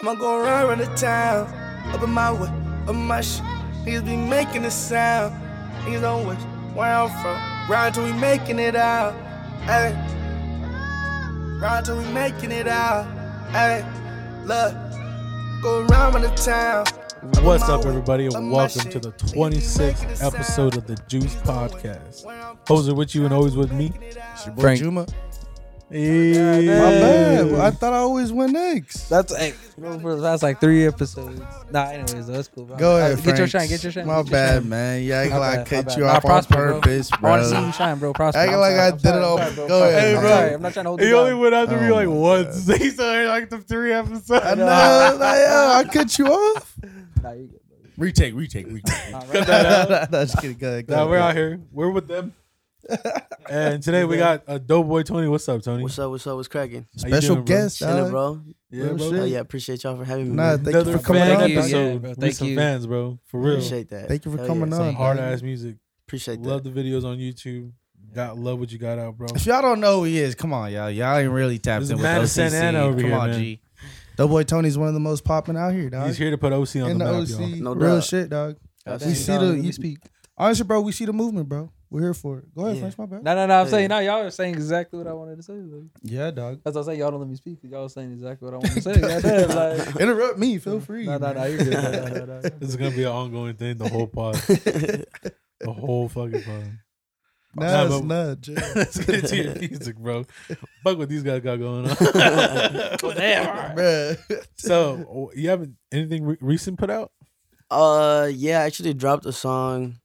I'ma go run, run the town. Up in my way, up my shit. Niggas be making a sound. Niggas don't wish where I'm from. Ride till we making it out. Hey. Ride till we making it out. Hey. Look. Go run, run the town. What's up, everybody, and welcome to the 26th episode of the Juice Podcast. Hoes are with you and always with me. Frank. Juma. Hey. My bad. I thought I always went next. That's hey, bro, bro, that's like three episodes. Nah, anyways, that's cool. Bro. Go Uh, ahead, Get Frank. your shine. Get your shine. My get your bad, shine. man. You act My like I bad, my cut bad. you Nah, off prosper, on bro. purpose, I bro. want to see you shine, bro. Prosper. Acting I'm like sorry, I I'm did sorry, it all- I'm sorry, go bro. ahead, I'm bro. sorry. I'm not trying to hold He you only down. went after me Oh like my once. He said like the three I episodes. know. like, yo, I cut you off. Nah, you good, bro. Retake, retake, retake. Nah, Cut right. that out. Nah, just kidding. Go ahead, go Nah, ahead. we're out here. We're with them. and today we got a dope boy Tony. What's up, Tony? What's up? What's up? What's cracking? How you Special doing, bro? guest, Chilling, dog. bro. Yeah, Real bro. shit. Oh yeah, appreciate y'all for having me. Nah, man. thank Another you for coming fan on. you. episode. Yeah, bro. We Thank some you. fans, bro. For real. appreciate that. Thank you for Hell coming yeah, on. thank you. Hard ass music. Appreciate that. Love the videos on YouTube. Got love what you got out, bro. If y'all don't know who he is, come on, y'all. Y'all ain't really tapped This in is with Matt OCC. Santana over come here, on, man. G. Doughboy Tony's one of the most popping out here, dog. He's here to put OC on in the, the, map, y'all. OC. No Real doubt. shit, dog. That's We it. see the you speak. Honestly, bro, we see the movement, bro. We're here for it. Go ahead, Yeah. French, my bad. No, no, no. I'm Yeah. saying, no, y'all are saying exactly what I wanted to say. Like, Yeah, dog. that's what I say. Y'all don't let me speak. 'cause Y'all are saying exactly what I wanted to say. Goddamn, like, Interrupt me, feel free. no, no, no. You're good. No, no, no, no. This is gonna be an ongoing thing. The whole pod, the whole fucking pod. Nah, Nah, it's not. Jay. Let's get into your music, bro. Fuck what these guys got going on. Bruh. so, oh, you haven't anything re- recent put out? Uh, yeah, I actually dropped a song.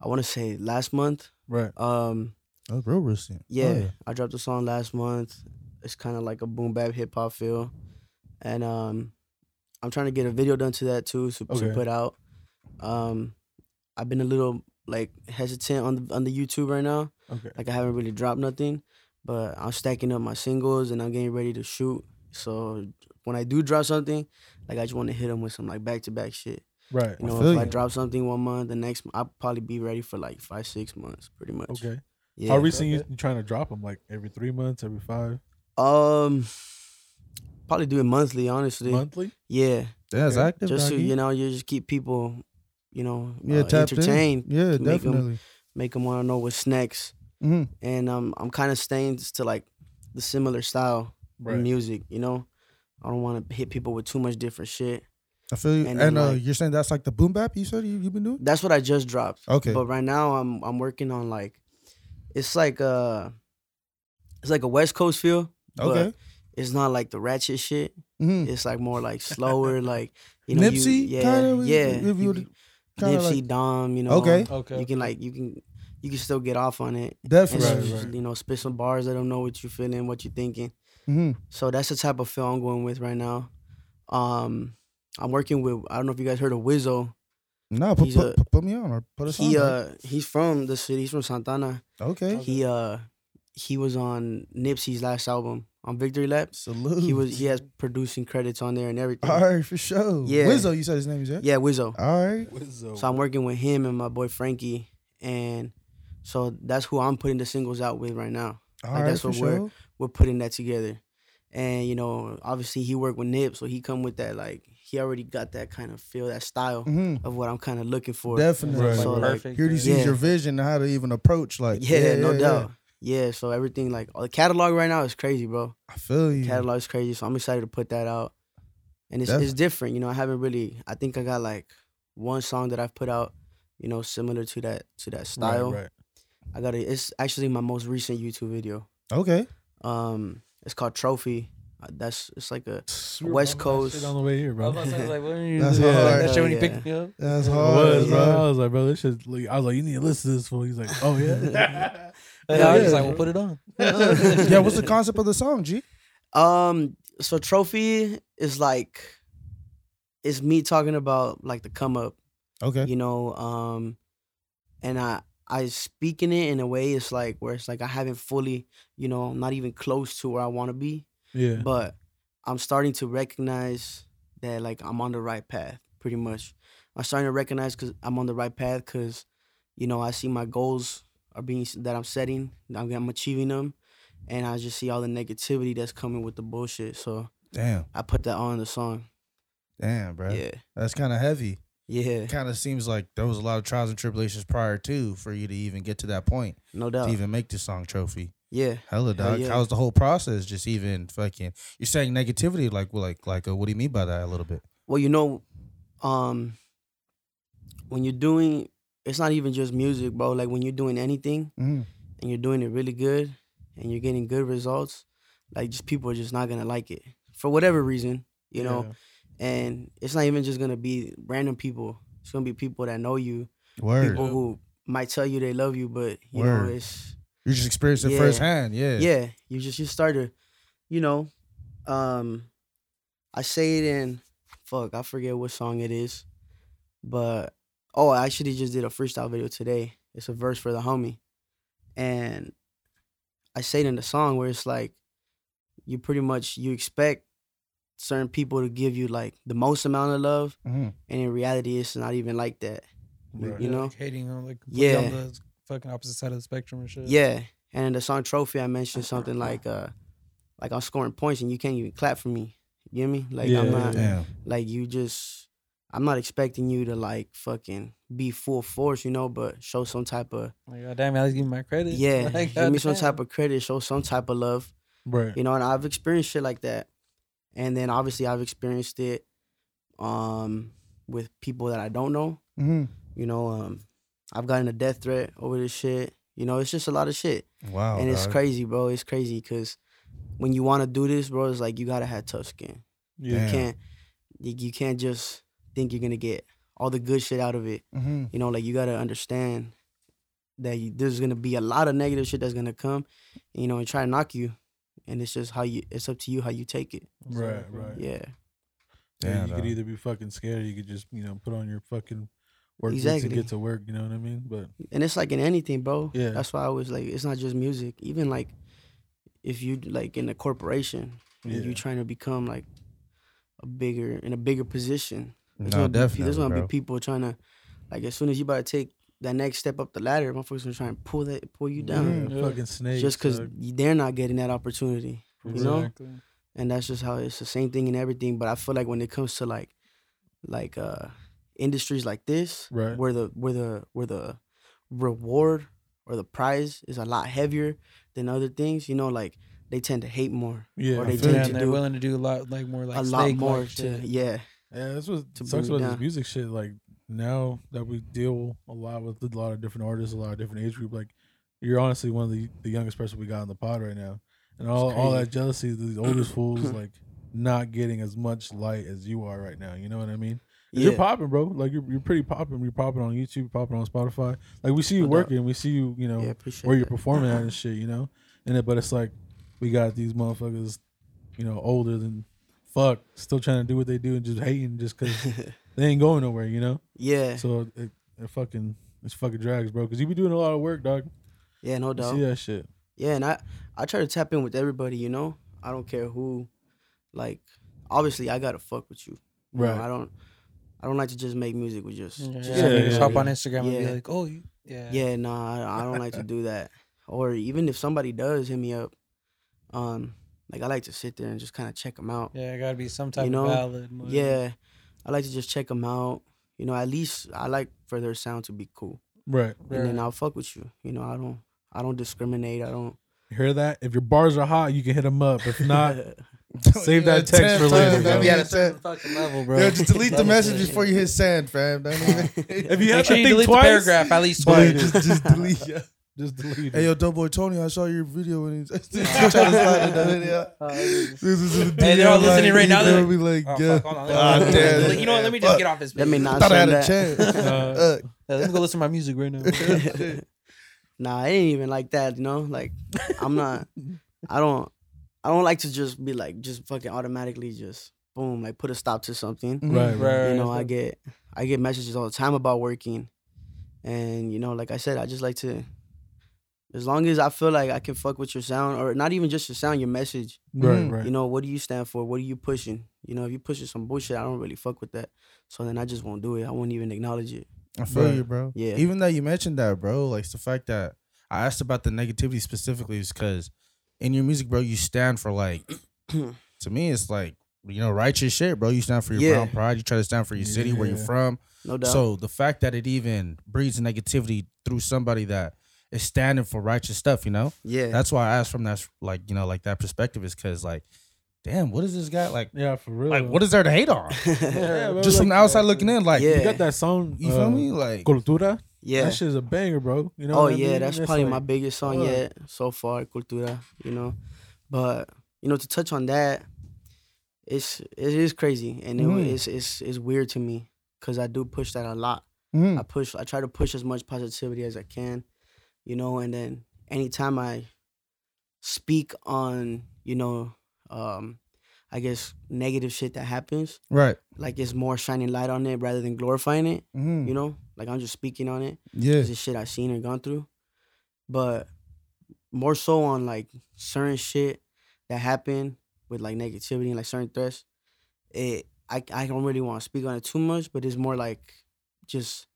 I want to say last month. Right. Um, That was real recent. yeah, Oh, I dropped a song last month. It's kind of like a boom bap hip hop feel, and um, I'm trying to get a video done to that too to, Okay. to put out. Um, I've been a little like hesitant on the on the YouTube right now. Okay. like I haven't really dropped nothing, but I'm stacking up my singles and I'm getting ready to shoot. So when I do drop something, like I just want to hit them with some like back to back shit. Right. I You know, feel if I you. drop something one month, the next I'll probably be ready for like five six months, pretty much. Okay. Yeah. How recent okay. you you trying to drop them? Like every three months, every five, um, probably do it monthly, honestly. monthly? Yeah, That's Okay. active. just so doggy. you know, you just keep people, you know, yeah, uh, tapped in. entertained, Yeah, to make 'em- definitely. make them want to know what's next, hmm and um, I'm kind of staying to like the similar style. music, you know? I don't want to hit people with too much different shit. I feel you. And, And then, uh, like- you're saying that's like the boom bap you said you, you've been doing? That's what I just dropped. Okay. But right now I'm I'm working on like it's like a it's like a West Coast feel. but okay. It's not like the ratchet shit. hmm It's like more like slower, like you know, you, Nipsey yeah, kinda, if- yeah, if you you would can- kinda Nipsey like- Dom, you know. Okay. Okay. You can like you can you can still get off on it. And Definitely. Right, just, right. You know, spit some bars. I don't know what you're feeling, what you're thinking. hmm So that's the type of film I'm going with right now. Um, I'm working with I don't know if you guys heard of Wizzo. No, put, He's put, a- put, put me on or put us He on. uh he's from the city. He's from Santana. dog. okay. He uh he was on Nipsey's last album on Victory Lap. Salute. He was he has producing credits on there and everything. All right, for sure. Yeah. Wizzo, you said his name is, yeah? Yeah, Wizzo. All right. So I'm working with him and my boy Frankie, and so that's who I'm putting the singles out with right now. All Like, right, that's for what we're- sure. We're putting that together, and you know obviously he worked with Nip, so he come with that like he already got that kind of feel, that style hmm of what I'm kind of looking for. Definitely. Right. Like, So, like, perfect. Here yeah. you see Yeah. your vision and how to even approach. Like, yeah, no doubt. Yeah, so everything like the catalog right now is crazy, bro. I feel you. Catalog is crazy, so I'm excited to put that out. And it's it's Definitely. different, you know. I haven't really. I think I got like one song that I've put out, you know, similar to that to that style. Right, I got it. It's actually my most recent YouTube video. Okay. Um, it's called Trophy. Uh, That's it's like a West Coast. on the way here, I bro. was about to say, like, what are you That's doing? hard. That shit when he Yeah. picked me up. That's It hard. Oh, was, bro. yeah. I was like, bro, this shit. Like, I was like, you need to listen to this fool. He's like, oh yeah. And I was just like, well, put it on. yeah, what's the concept of the song, G? Um, so Trophy is like, it's me talking about like the come up. Okay. you know um and i i speak in it in a way it's like where it's like i haven't fully you know i'm not even close to where i want to be yeah. but i'm starting to recognize that like i'm on the right path pretty much i'm starting to recognize because i'm on the right path because you know i see my goals are being that i'm setting i'm, I'm achieving them and i just see all the negativity that's coming with the bullshit so Damn. i put that on the song Damn, bro. Yeah, That's kind of heavy. yeah, It kind of seems like there was a lot of trials and tribulations prior to for you to even get to that point no doubt. to even make the song trophy. Yeah, Hella Hell dog. yeah. How's the whole process? Just even fucking. You're saying negativity, like like like. Uh, what do you mean by that? A little bit. well, you know, um, when you're doing, it's not even just music, bro. Like when you're doing anything, Mm. and you're doing it really good and you're getting good results, like just people are just not gonna like it for whatever reason, you know. And it's not even just gonna be random people. It's gonna be people that know you, Word. people who might tell you they love you, but you Word. know it's you just experienced it Yeah. firsthand. Yeah. yeah. You just you start to, you know, um, I say it in, fuck, I forget what song it is, but oh, I actually just did a freestyle video today. It's a verse for the homie, and I say it in the song where it's like, you pretty much you expect certain people to give you like the most amount of love, Mhm. and in reality, it's not even like that. Right. You know, like hating on like yeah. Yeah. on the fucking opposite side of the spectrum and shit. Yeah. And in the song trophy I mentioned something like uh like I'm scoring points and you can't even clap for me. You get me? Like Yeah, I'm not Damn. like you just I'm not expecting you to like fucking be full force, you know, but show some type of Like, God damn, Alex, give me my credit. yeah, Like, give me some goddamn. type of credit, show some type of love. Right. You know, and I've experienced shit like that. And then obviously I've experienced it um with people that I don't know. Mhm. You know, um I've gotten a death threat over this shit. You know, it's just a lot of shit Wow. and it's dog. crazy, bro. It's crazy because when you want to do this, bro, it's like you gotta have tough skin. You Damn. can't, you, you can't just think you're gonna get all the good shit out of it. Mhm. You know, like you gotta understand that you, there's gonna be a lot of negative shit that's gonna come, you know, and try to knock you. And it's just how you. It's up to you how you take it. Right, right. Yeah, Yeah, Damn, you could dog. either be fucking scared or you could just, you know, put on your fucking work boots Exactly. and get to work, you know what I mean? But and it's like in anything, bro. Yeah. That's why I was like, it's not just music. Even like, if you like in a corporation, yeah. and you trying to become like a bigger in a bigger position. There's No, gonna Be, definitely. there's gonna bro. be people trying to, like, as soon as you about to take that next step up the ladder, motherfuckers gonna try and pull that, pull you down, Yeah, Yeah. fucking snakes. just because dog. they're not getting that opportunity. You know, Exactly. and that's just how it's the same thing in everything. But I feel like when it comes to like, like, uh, industries like this, Right. where the where the where the reward or the prize is a lot heavier than other things, you know, like they tend to hate more. Yeah, or I they feel tend Yeah, you. to and they're do willing to do a lot like more like a lot snake-like more to shit. yeah, Yeah, that's what to sucks about bring it this down. music shit. Like now that we deal a lot with a lot of different artists, a lot of different age group. Like you're honestly one of the, the youngest person we got on the pod right now, and all all crazy. that jealousy, these oldest fools like not getting as much light as you are right now. You know what I mean? 'Cause You're yeah, popping, bro. Like you're you're pretty popping. You're popping on YouTube, popping on Spotify. Like we see you No doubt. working, we see you, you know, yeah, appreciate where you're that. performing at and shit, you know. And it, but it's like we got these motherfuckers, you know, older than fuck, still trying to do what they do and just hating just because they ain't going nowhere, you know. yeah, So it, it fucking it's fucking drags, bro. Because you be doing a lot of work, dog. yeah, no You doubt. see that shit. Yeah, and I I try to tap in with everybody, you know. I don't care who, like, obviously I gotta fuck with you. you know? Right. I don't I don't like to just make music with just. Yeah, just yeah, yeah, you just yeah, hop yeah. on Instagram and Yeah. be like, oh, you, yeah, Yeah, no, I, I don't like to do that. Or even if somebody does hit me up, um, like I like to sit there and just kind of check them out. yeah, it gotta be some type know? of valid. motive. Yeah, I like to just check them out. You know, at least I like for their sound to be cool, Right. and Right. then I'll fuck with you. You know, I don't I don't discriminate. I don't. You hear that? If your bars are hot, you can hit them up. If not, save that text for later. Don't bro. even Yeah, hit that's a send. fucking level, bro. Yo, just delete the Level message shit. before you hit send, fam. Don't even. If you have Make to sure think you delete twice, the paragraph at least delete twice. it. just, just delete. Yeah. just delete it. Hey, yo, Doughboy Tony, I saw your video and he's trying to slide it down in there. Oh, This is in the Hey, they're all DM, like, listening right now, they'll they're be like, Oh, yeah, fuck, hold on. Ah, Let me- damn. let me- you know what? Let me just Fuck. get off this. Let me bitch. not thought I had send a that. chance. Uh, Uh, Yeah, let me go listen to my music right now. Nah, it ain't even like that, you know? Like I'm not I don't I don't like to just be like just fucking automatically just boom, like put a stop to something. right, Mm, right. You know, I get I get messages all the time about working. And you know, like I said, I just like to as long as I feel like I can fuck with your sound or not even just your sound, your message. Right, Mhm. right. You know, what do you stand for? What are you pushing? You know, if you pushing some bullshit, I don't really fuck with that. So then I just won't do it. I won't even acknowledge it. I feel Right. you, bro. Yeah. Even though you mentioned that, bro, like it's the fact that I asked about the negativity specifically is because in your music, bro, you stand for like, to me, it's like you know, righteous shit, bro. You stand for your Yeah. brown pride. You try to stand for your city, where you're Yeah. from. No doubt. So the fact that it even breeds negativity through somebody that is standing for righteous stuff, you know, yeah. that's why I asked from that, like, you know, like that perspective is because, like, damn, what is this guy like? Yeah, for real. Like, what is there to hate on? Yeah, bro, Just from the like, outside uh, looking in, like, Yeah. You got that song? you feel uh, me? Like, Cultura. yeah. That shit's a banger, bro. You know? oh what I yeah, mean? that's It's probably like- my biggest song fuck. yet so far, Cultura. You know, but you know to touch on that, it's it is crazy and it, Mm-hmm. Mhm. it's it's it's weird to me because I do push that a lot. Mm-hmm. mm, I push, I try to push as much positivity as I can, you know, and then anytime I speak on you know, um, I guess negative shit that happens, right. like it's more shining light on it rather than glorifying it. Mm, You know, like I'm just speaking on it yeah. is the shit I've seen or gone through. But more so on like certain shit that happened with like negativity and like certain threats. It I I don't really want to speak on it too much, but it's more like just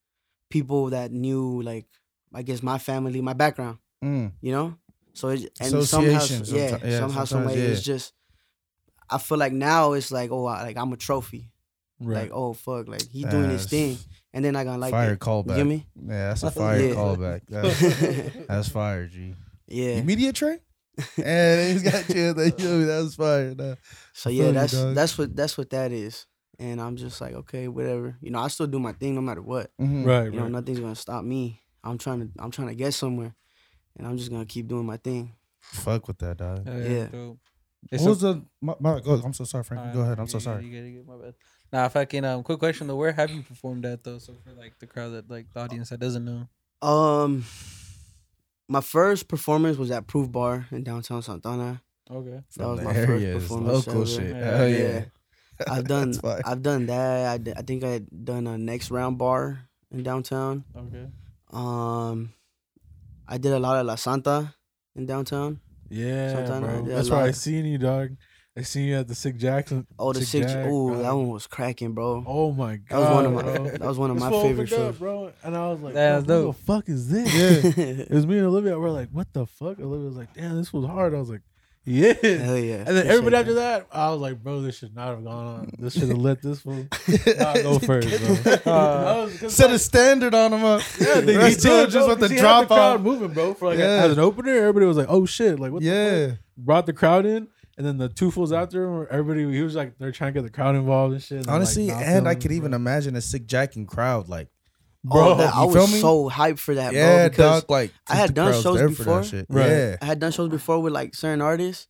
people that knew like I guess my family, my background, Mm, you know? So it and somehow Association yeah, someti- yeah, somehow some sometimes, way it's yeah. just I feel like now it's like oh I, like I'm a trophy. Right. Like oh fuck, like he doing his That's thing and then I gonna like fire it. callback. You get me? Yeah, that's a fire Yeah. callback. That's, that's fire, G. Yeah. You media train? and he's got you. Like, yo, that was fire. Nah. So I yeah, feel you, that's dog. that's what that's what that is. And I'm just like, okay, whatever. You know, I still do my thing no matter what. Mhm. Right. mm, You know, Right. nothing's gonna stop me. I'm trying to I'm trying to get somewhere. And I'm just gonna keep doing my thing. Fuck with that, dog. Hell Yeah. dope. Hey, What so- was the? My, my, oh, I'm so sorry, Frank. Alright, Go ahead. I'm so you good, Uh, you sorry. good, you good, my bad. Nah, fucking um, quick question though. Where have you performed at though? So for like the crowd that like the audience that doesn't know. Um my first performance was at Proof Bar in downtown Santana. Okay. That was the my first area, it's performance Local ever. shit. Yeah. Oh yeah. Yeah. I've done That's fire. I've done that. I, d- I think I had done a next round bar in downtown. Okay. Um I did a lot of La Santa in downtown. Yeah, Sometimes I bro. did a That's why I lot. seen you, dog. I seen you at the Sick Jackson. Oh the Sick six Jack, ooh, bro. that one was cracking, bro. Oh my god. That was one of my bro. that was one of This my fool favorite opened up, shows. bro. And I was like, That's bro, dope. what the fuck is this? Yeah. It was me and Olivia. We're like, what the fuck? Olivia was like, damn, this was hard. I was like, yeah. Hell yeah. And then everybody after that, I was like, bro, this should not have gone on. This should have let this fool not go first, bro. Uh, I was- 'cause, Set like, a standard on him. Up. yeah, they, Rest he did, of bro, it just with 'cause the he had drop crowd off. moving, bro. For like Yeah. as an opener, everybody was like, "Oh shit!" Like, what the fuck? Yeah. brought the crowd in, and then the two fools out there, were- everybody he was like they're trying to get the crowd involved and shit. and, like, Honestly, not and feeling I it, could even bro. imagine a sick jacking crowd. Like, Bro, Bro, that, I you feel was me? so hyped for that, yeah, bro. Because dog. Like, I had the done crowd's shows there for that before. shit. Right. Yeah. I had done shows before with like certain artists,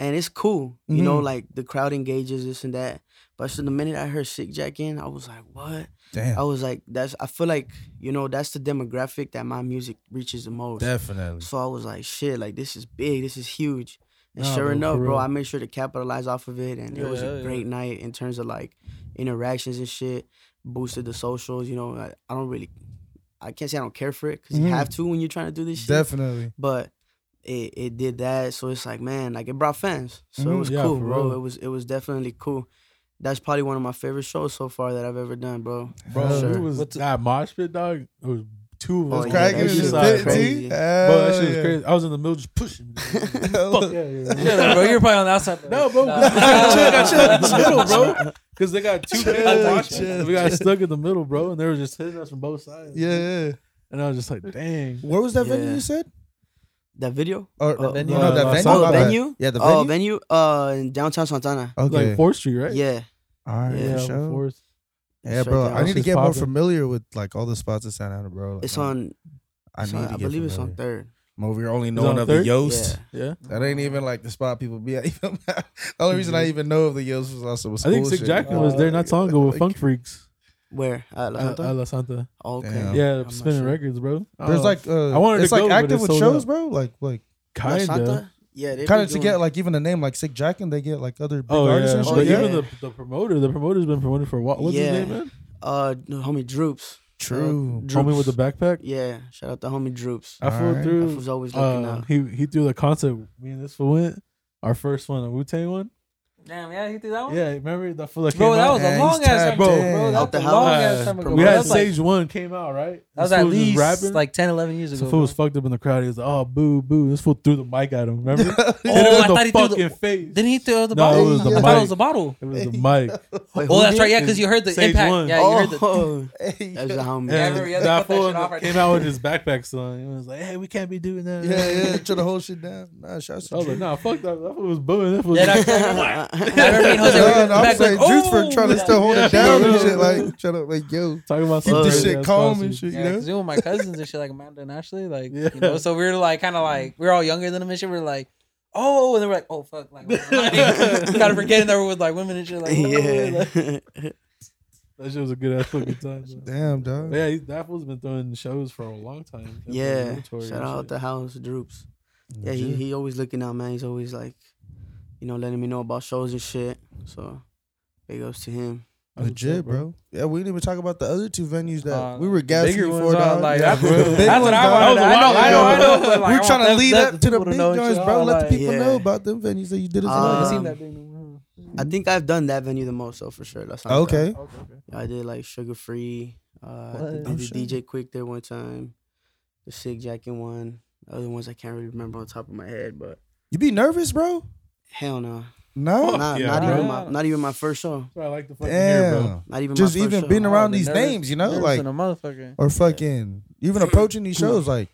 and it's cool, you know, Mhm. like the crowd engages this and that. But so the minute I heard Sick Jack in, I was like, what? Damn. I was like, that's. I feel like you know that's the demographic that my music reaches the most. Definitely. So I was like, shit, like this is big, this is huge. And Nah, sure bro, enough, for bro, real. I made sure to capitalize off of it, and it was Yeah, a yeah. great night in terms of like interactions and shit. Boosted the socials, you know. I, I don't really, I can't say I don't care for it because Mhm. you Mm-hmm. have to when you're trying to do this shit. Definitely. But it it did that, so it's like man, like it brought fans, so it Mhm, was Mm-hmm, yeah, cool, for bro. real. It was it was definitely cool. That's probably one of my favorite shows so far that I've ever done, bro. bro, Sure. it was What's- that mosh pit dog. It was two of Oh, us. yeah, Cracking that in shit the was pit, T. crazy. Bro, that shit was Hell crazy. I was in the middle just pushing. yeah. Fuck yeah, yeah. Yeah, like, bro, you're probably on the outside. like, No, bro. nah. I got stuck in the middle, bro. Because they got two Chill, bands watching. chill, We got stuck in the middle, bro, and they were just hitting us from both sides. Yeah, yeah. And I was just like, dang. Where was that Yeah. venue you said? That video, Or, The venue. No, no, that Uh, venue. Sound oh my the bad. venue, Yeah, the venue. oh venue, uh, in downtown Santana. Okay. Like 4th Street, right? Yeah, All right. Yeah, Yeah, on show. 4th. Yeah, Straight bro. down. I need to It's get more popping. familiar with like all the spots in Santa Ana, bro. Like, It's I'm- on. I it's need on- to I get believe it's on familiar. third. I'm over here only It's on knowing of the third? Yost. Yeah. That ain't even like the spot people be at. the only reason I even know of the Yost was also was Mm-hmm. I school think Sick shit. Jackson was there not long ago with Funk Freaks Where? At La at Santa? at La Santa. oh, okay. Uh, Damn. Yeah, I'm not spinning sure. records, bro. There's Uh, like uh, I wanted it's to like go, but active it's with sold shows, out. bro. Like like La kinda. Santa? Yeah, they kind be of to doing- get like even a name like Sick Jack and they get like other big Oh artists yeah, and Oh, shit. but yeah. even the the promoter, the promoter's been promoted for what? What's Yeah. his name, man? uh the homie Droops. True. Homie with the Droops. backpack. Yeah, shout out to homie Droops. I flew Alright. I through. was always looking Uh, out. he he threw the concert. Me and this fool went. Our first one, a Wu Tang one. Damn, yeah, he did that one. Yeah, remember the full came Bro, that out? was Yeah, a he's long ass tired, time, bro. bro. Bro, that Out was the a house. long ass Uh, time ago. We had That's like- Sage One came out right. That was This at fool just least rapping. like 10, 11 years Some ago. fool was bro. fucked up in the crowd. He was like, "Oh, boo, boo!" This fool threw the mic at him. Remember? oh, I thought he threw the- fucking face. Didn't he throw the No, bottle? it was the I thought it was mic. the bottle. It was the mic. Wait, Oh, who that's did? right. Yeah, because you heard the Sage impact. one. Yeah, you heard the. Oh, that's the homie. Yeah, I And remember you had to that cut that fool shit off right came there. out with his backpack song. It was like, "Hey, we can't be doing that." Yeah, yeah, try to hold shit down. Nah, shots I to was like, Juice. "Nah, fuck that." That fool was booing. That fool. Yeah, was- that's right. I remember me and Jose were Nah, in nah, the I'm back, saying like, Juice for "Oh!" trying to Yeah. Oh, still hold Yeah. it down and Yeah. shit. Like, trying to, like, yo, talking about keep some this crazy shit ass calm and concerts. shit, you Yeah, know? because with my cousins and shit, like Amanda and Ashley, like Yeah. you know, so we were like kind of like we were all younger than them and shit. We were like, oh, and then we're like, oh fuck, like, like kind of forgetting that we're with like women and shit. Like, oh, like, Yeah. That shit was a good ass fucking time. though. Damn, dog. But yeah, he, that fool's been throwing shows for a long time. Yeah, Tour and shout out shit. the house droops. Yeah, he, he always looking out, man. He's always like, you know, letting me know about shows and shit. So, big ups to him. That's what's Legit, up, bro. Yeah, we didn't even talk about the other two venues that Uh, we were gassing bigger you ones for, are, dog. like, Yeah, that's the what- big that's what ones, I dog. That wanted. was a I know, while I know, I ago, know. bro. but, like, I We're want trying to them- lead them- up to the people big know joints, shit. bro. I'm Let the like, people yeah. know about them venues that you did as I Uh, well. haven't seen Um, that thing. in a while. I think I've done that venue the most, so for sure. Uh, That's Okay. I did like Sugar Free. Uh, I What? did Oh, the shit. DJ Quick there one time. The Sig Jacket one. The other ones I can't really remember on top of my head, but You be nervous, bro? hell no, No. not, yeah, not even bro. my not even my first show. That's what I like to fucking hear, bro. Damn. Not even Just my first even show. being around Oh, these the nervous- names, you know, nervous like in a motherfucker. or fucking even approaching these shows. Like,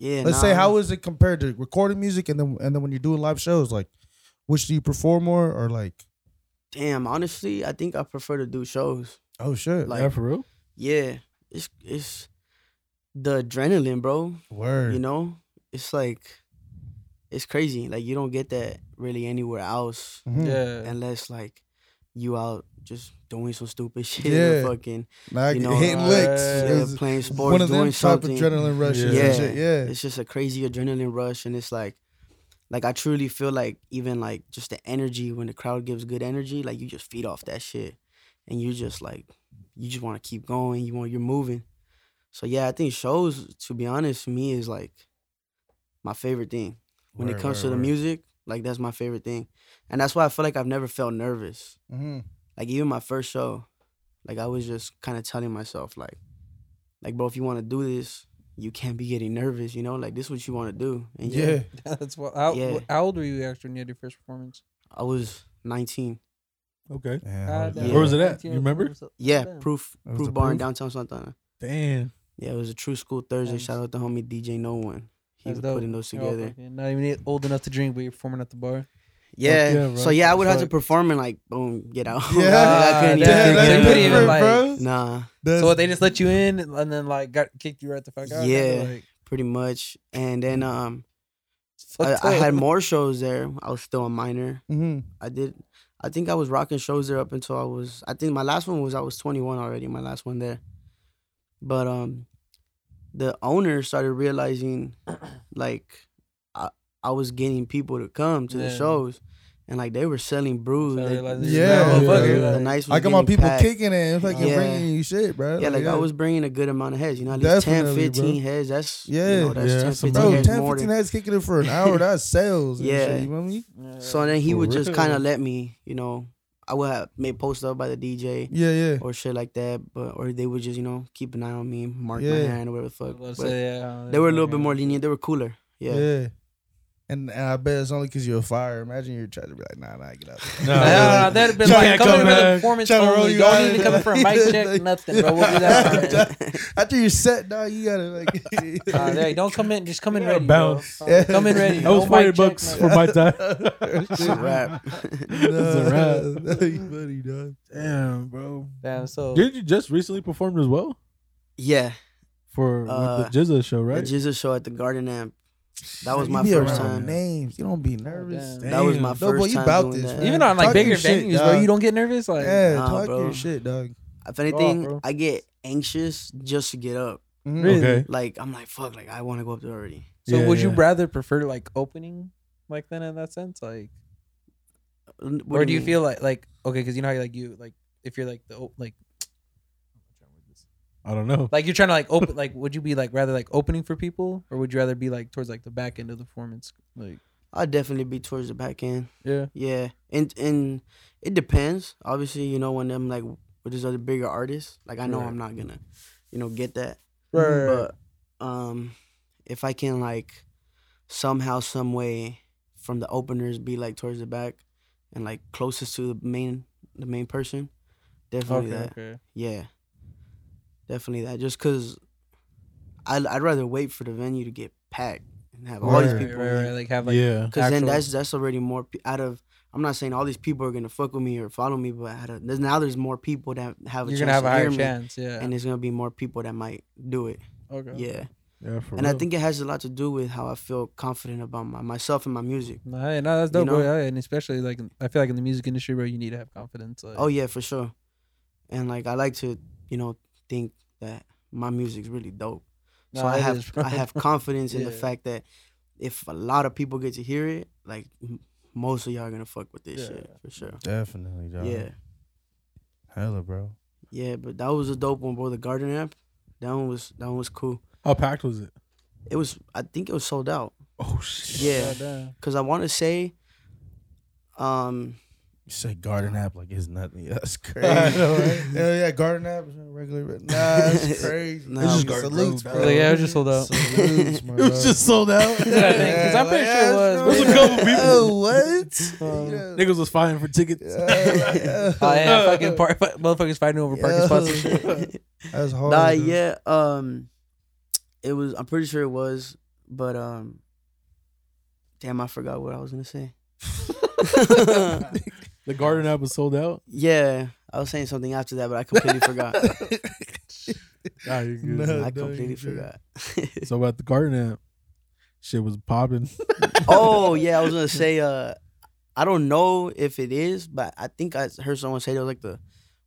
Yeah, let's say, nah. how is it compared to recording music and then and then when you're doing live shows? Like, which do you perform more or like? Damn, honestly, I think I prefer to do shows. Oh shit! Like, yeah, for real. yeah, it's it's the adrenaline, bro. Word. You know, it's like it's crazy. Like you don't get that really anywhere else Mhm. Yeah. unless like you out just doing some stupid shit, Yeah. or fucking Nah, you get- know, hitting uh, licks. yeah, yeah, It's playing sports, one of doing them type something. adrenaline Yeah. rushes. Yeah, Yeah. and shit. yeah. It's just a crazy adrenaline rush, and it's like. Like I truly feel like even like just the energy when the crowd gives good energy, like you just feed off that shit, and you just like you just want to keep going. You want you're moving. So yeah, I think shows, to be honest, me is like my favorite thing. When Word, it comes word, to the word. music, like that's my favorite thing. And that's why I feel like I've never felt nervous. Mhm. Like even my first show, like I was just kind of telling myself, like, like bro, if you want to do this, you can't be getting nervous, you know? Like this is what you want to do. And yeah, Yeah. That's what. How, Yeah. how old were you actually when you had your first performance? I was 19. Okay. Yeah, Goddamn. Where was it at? 19 You remember? was- Yeah, Damn. proof, That was proof the bar Proof? in downtown Santa Ana. Damn. Yeah, it was a true school Thursday. Nice. Shout out to homie DJ No One. He That's was dope. putting those You're all together. fucking Not even e, old enough to drink, but you're performing at the bar. Yeah. yeah, bro. so yeah, I would have to Fuck. perform and like boom, get out. Yeah. Like, I couldn't Yeah, even- that's yeah. couldn't even, different, like- bro. Nah, Oh That's- so what, they just let you in and then like got kicked you right the fuck out. Yeah. Like, pretty much. And then um, it's I, fucked I up. had more shows there. I was still a minor. Mhm. I did. I think I was rocking shows there up until I was. I think my last one was I was 21 already. My last one there, but um, the owner started realizing, like, I I was getting people to come to the Yeah. shows, and like they were selling brews. Started They- realizing you're Yeah. the- a motherfucker. the Like, nights was I got my getting people packed. kicking it. It's like you're Yeah. bringing you shit, bro. Yeah, like I was bringing a good amount of heads, you know, at least 10, Definitely, bro. 15 heads. That's yeah, Yeah. you know, that's Yeah, 10, that's some 15 Bro, heads 10, more. 15 than- heads kicking it for an hour. That's sales. And Yeah. Shit, you know what I mean? yeah. So then he For would just real. kind of let me, you know, I would have made posts up by the DJ Yeah, yeah. or shit like that, but or they would just you know keep an eye on me, mark my Yeah. hand or whatever the I fuck. was But gonna say, uh, yeah, they were a little bit fucking- more lenient. They were cooler. Yeah. Yeah. And, and I bet it's only because you're a fire. Imagine you're trying to be like, nah, nah, get out. Nah, Nah, nah, nah, that'd have been You like can't coming come in for the back. performance Tryna roll only. you Don't out. even come in for a mic check, nothing, bro. We'll do that. for you. After you're set, dog, you gotta like. Nah, hey, don't come in. Just come in You gotta ready. bounce. Bro. Come in ready. That was No forty mic check, bucks nothing. for my time. It's a wrap. a That's funny, dog. Damn, bro. Damn. So Didn't you just recently perform as well yeah, for with Uh, the Jizza show, right? the Jesus show at the Garden Amp. That was You my be first around time. Names, you don't be nervous. damn. That was my No, first no, boy, you time about doing this. that. man. Oh, even on like Talk bigger your shit, venues, dog. bro, you don't get nervous. Like, Yeah, Nah, talk bro. your shit, dog. If anything, bro. I get anxious just to get up. Mhm. Mm. okay. Like I'm like fuck. Like I want to go up there already. so Yeah, would you yeah. rather prefer like opening, like then in that sense, like, N- what or do you mean? feel like like okay, because you know how like you like if you're like the o- like I don't know. like you're trying to like open like would you be like rather like opening for people or would you rather be like towards like the back end of the performance like I'll definitely be towards the back end. Yeah. Yeah, and and it depends. Obviously, you know when I'm like with these other bigger artists, like I know Right. I'm not gonna, you know, get that. Mm-hmm. Right, right, right. But um, if I can like somehow, some way, from the openers be like towards the back, and like closest to the main the main person, definitely Okay. that. Okay. Yeah, definitely that. Just cause I'd, I'd rather wait for the venue to get packed and have all these Right, people. Right, in. right, like have like yeah. Because then actual- that's that's already more pe- out of. I'm not saying all these people are gonna fuck with me or follow me, but out of, there's, now there's more people that have a you're chance gonna have to a hear higher me, chance. Yeah. and there's gonna be more people that might do it. okay. Yeah, Yeah, for and I real. think it has a lot to do with how I feel confident about my, myself and my music. No, hey, no, that's You dope, know? bro. Hey, and especially like I feel like in the music industry, bro, you need to have confidence. Like, Oh yeah, for sure. And like I like to, you know, think that my music's really dope. So Nah, I it have is, bro. I have confidence in the Yeah. fact that if a lot of people get to hear it, like m- most of y'all are gonna fuck with this shit for sure. Definitely, dog. Yeah. Hella, bro. Yeah, but that was a dope one, bro. The Garden app, that one was that one was cool. how packed was it? It was, I think it was sold out. Oh shit. Yeah, Goddamn. cause I want to say, um, You say garden app like it's nothing. That's crazy. I know, right? yeah, yeah, garden app is regular. Nah, that's crazy. No. It's just It's just garden salutes, road, bro. dog. Like, yeah, it was just sold out. Salutes, my It was dog. just sold Oh, out. Yeah, I think- 'cause I'm pretty sure it was, it's true. bro. There's a couple people. Oh, what? Uh, Niggas was fighting for tickets. Oh yeah, fucking par- fu- motherfuckers fighting over parking spots and shit. That's hard. nah, dude. yeah, um, it was. I'm pretty sure it was, but um, damn, I forgot what I was gonna say. The garden app was sold out. yeah, I was saying something after that, but I completely forgot. Nah, you're good. No. I you completely did. forgot. So about the garden app, shit was popping. oh yeah, I was gonna say. Uh, I don't know if it is, but I think I heard someone say that was like the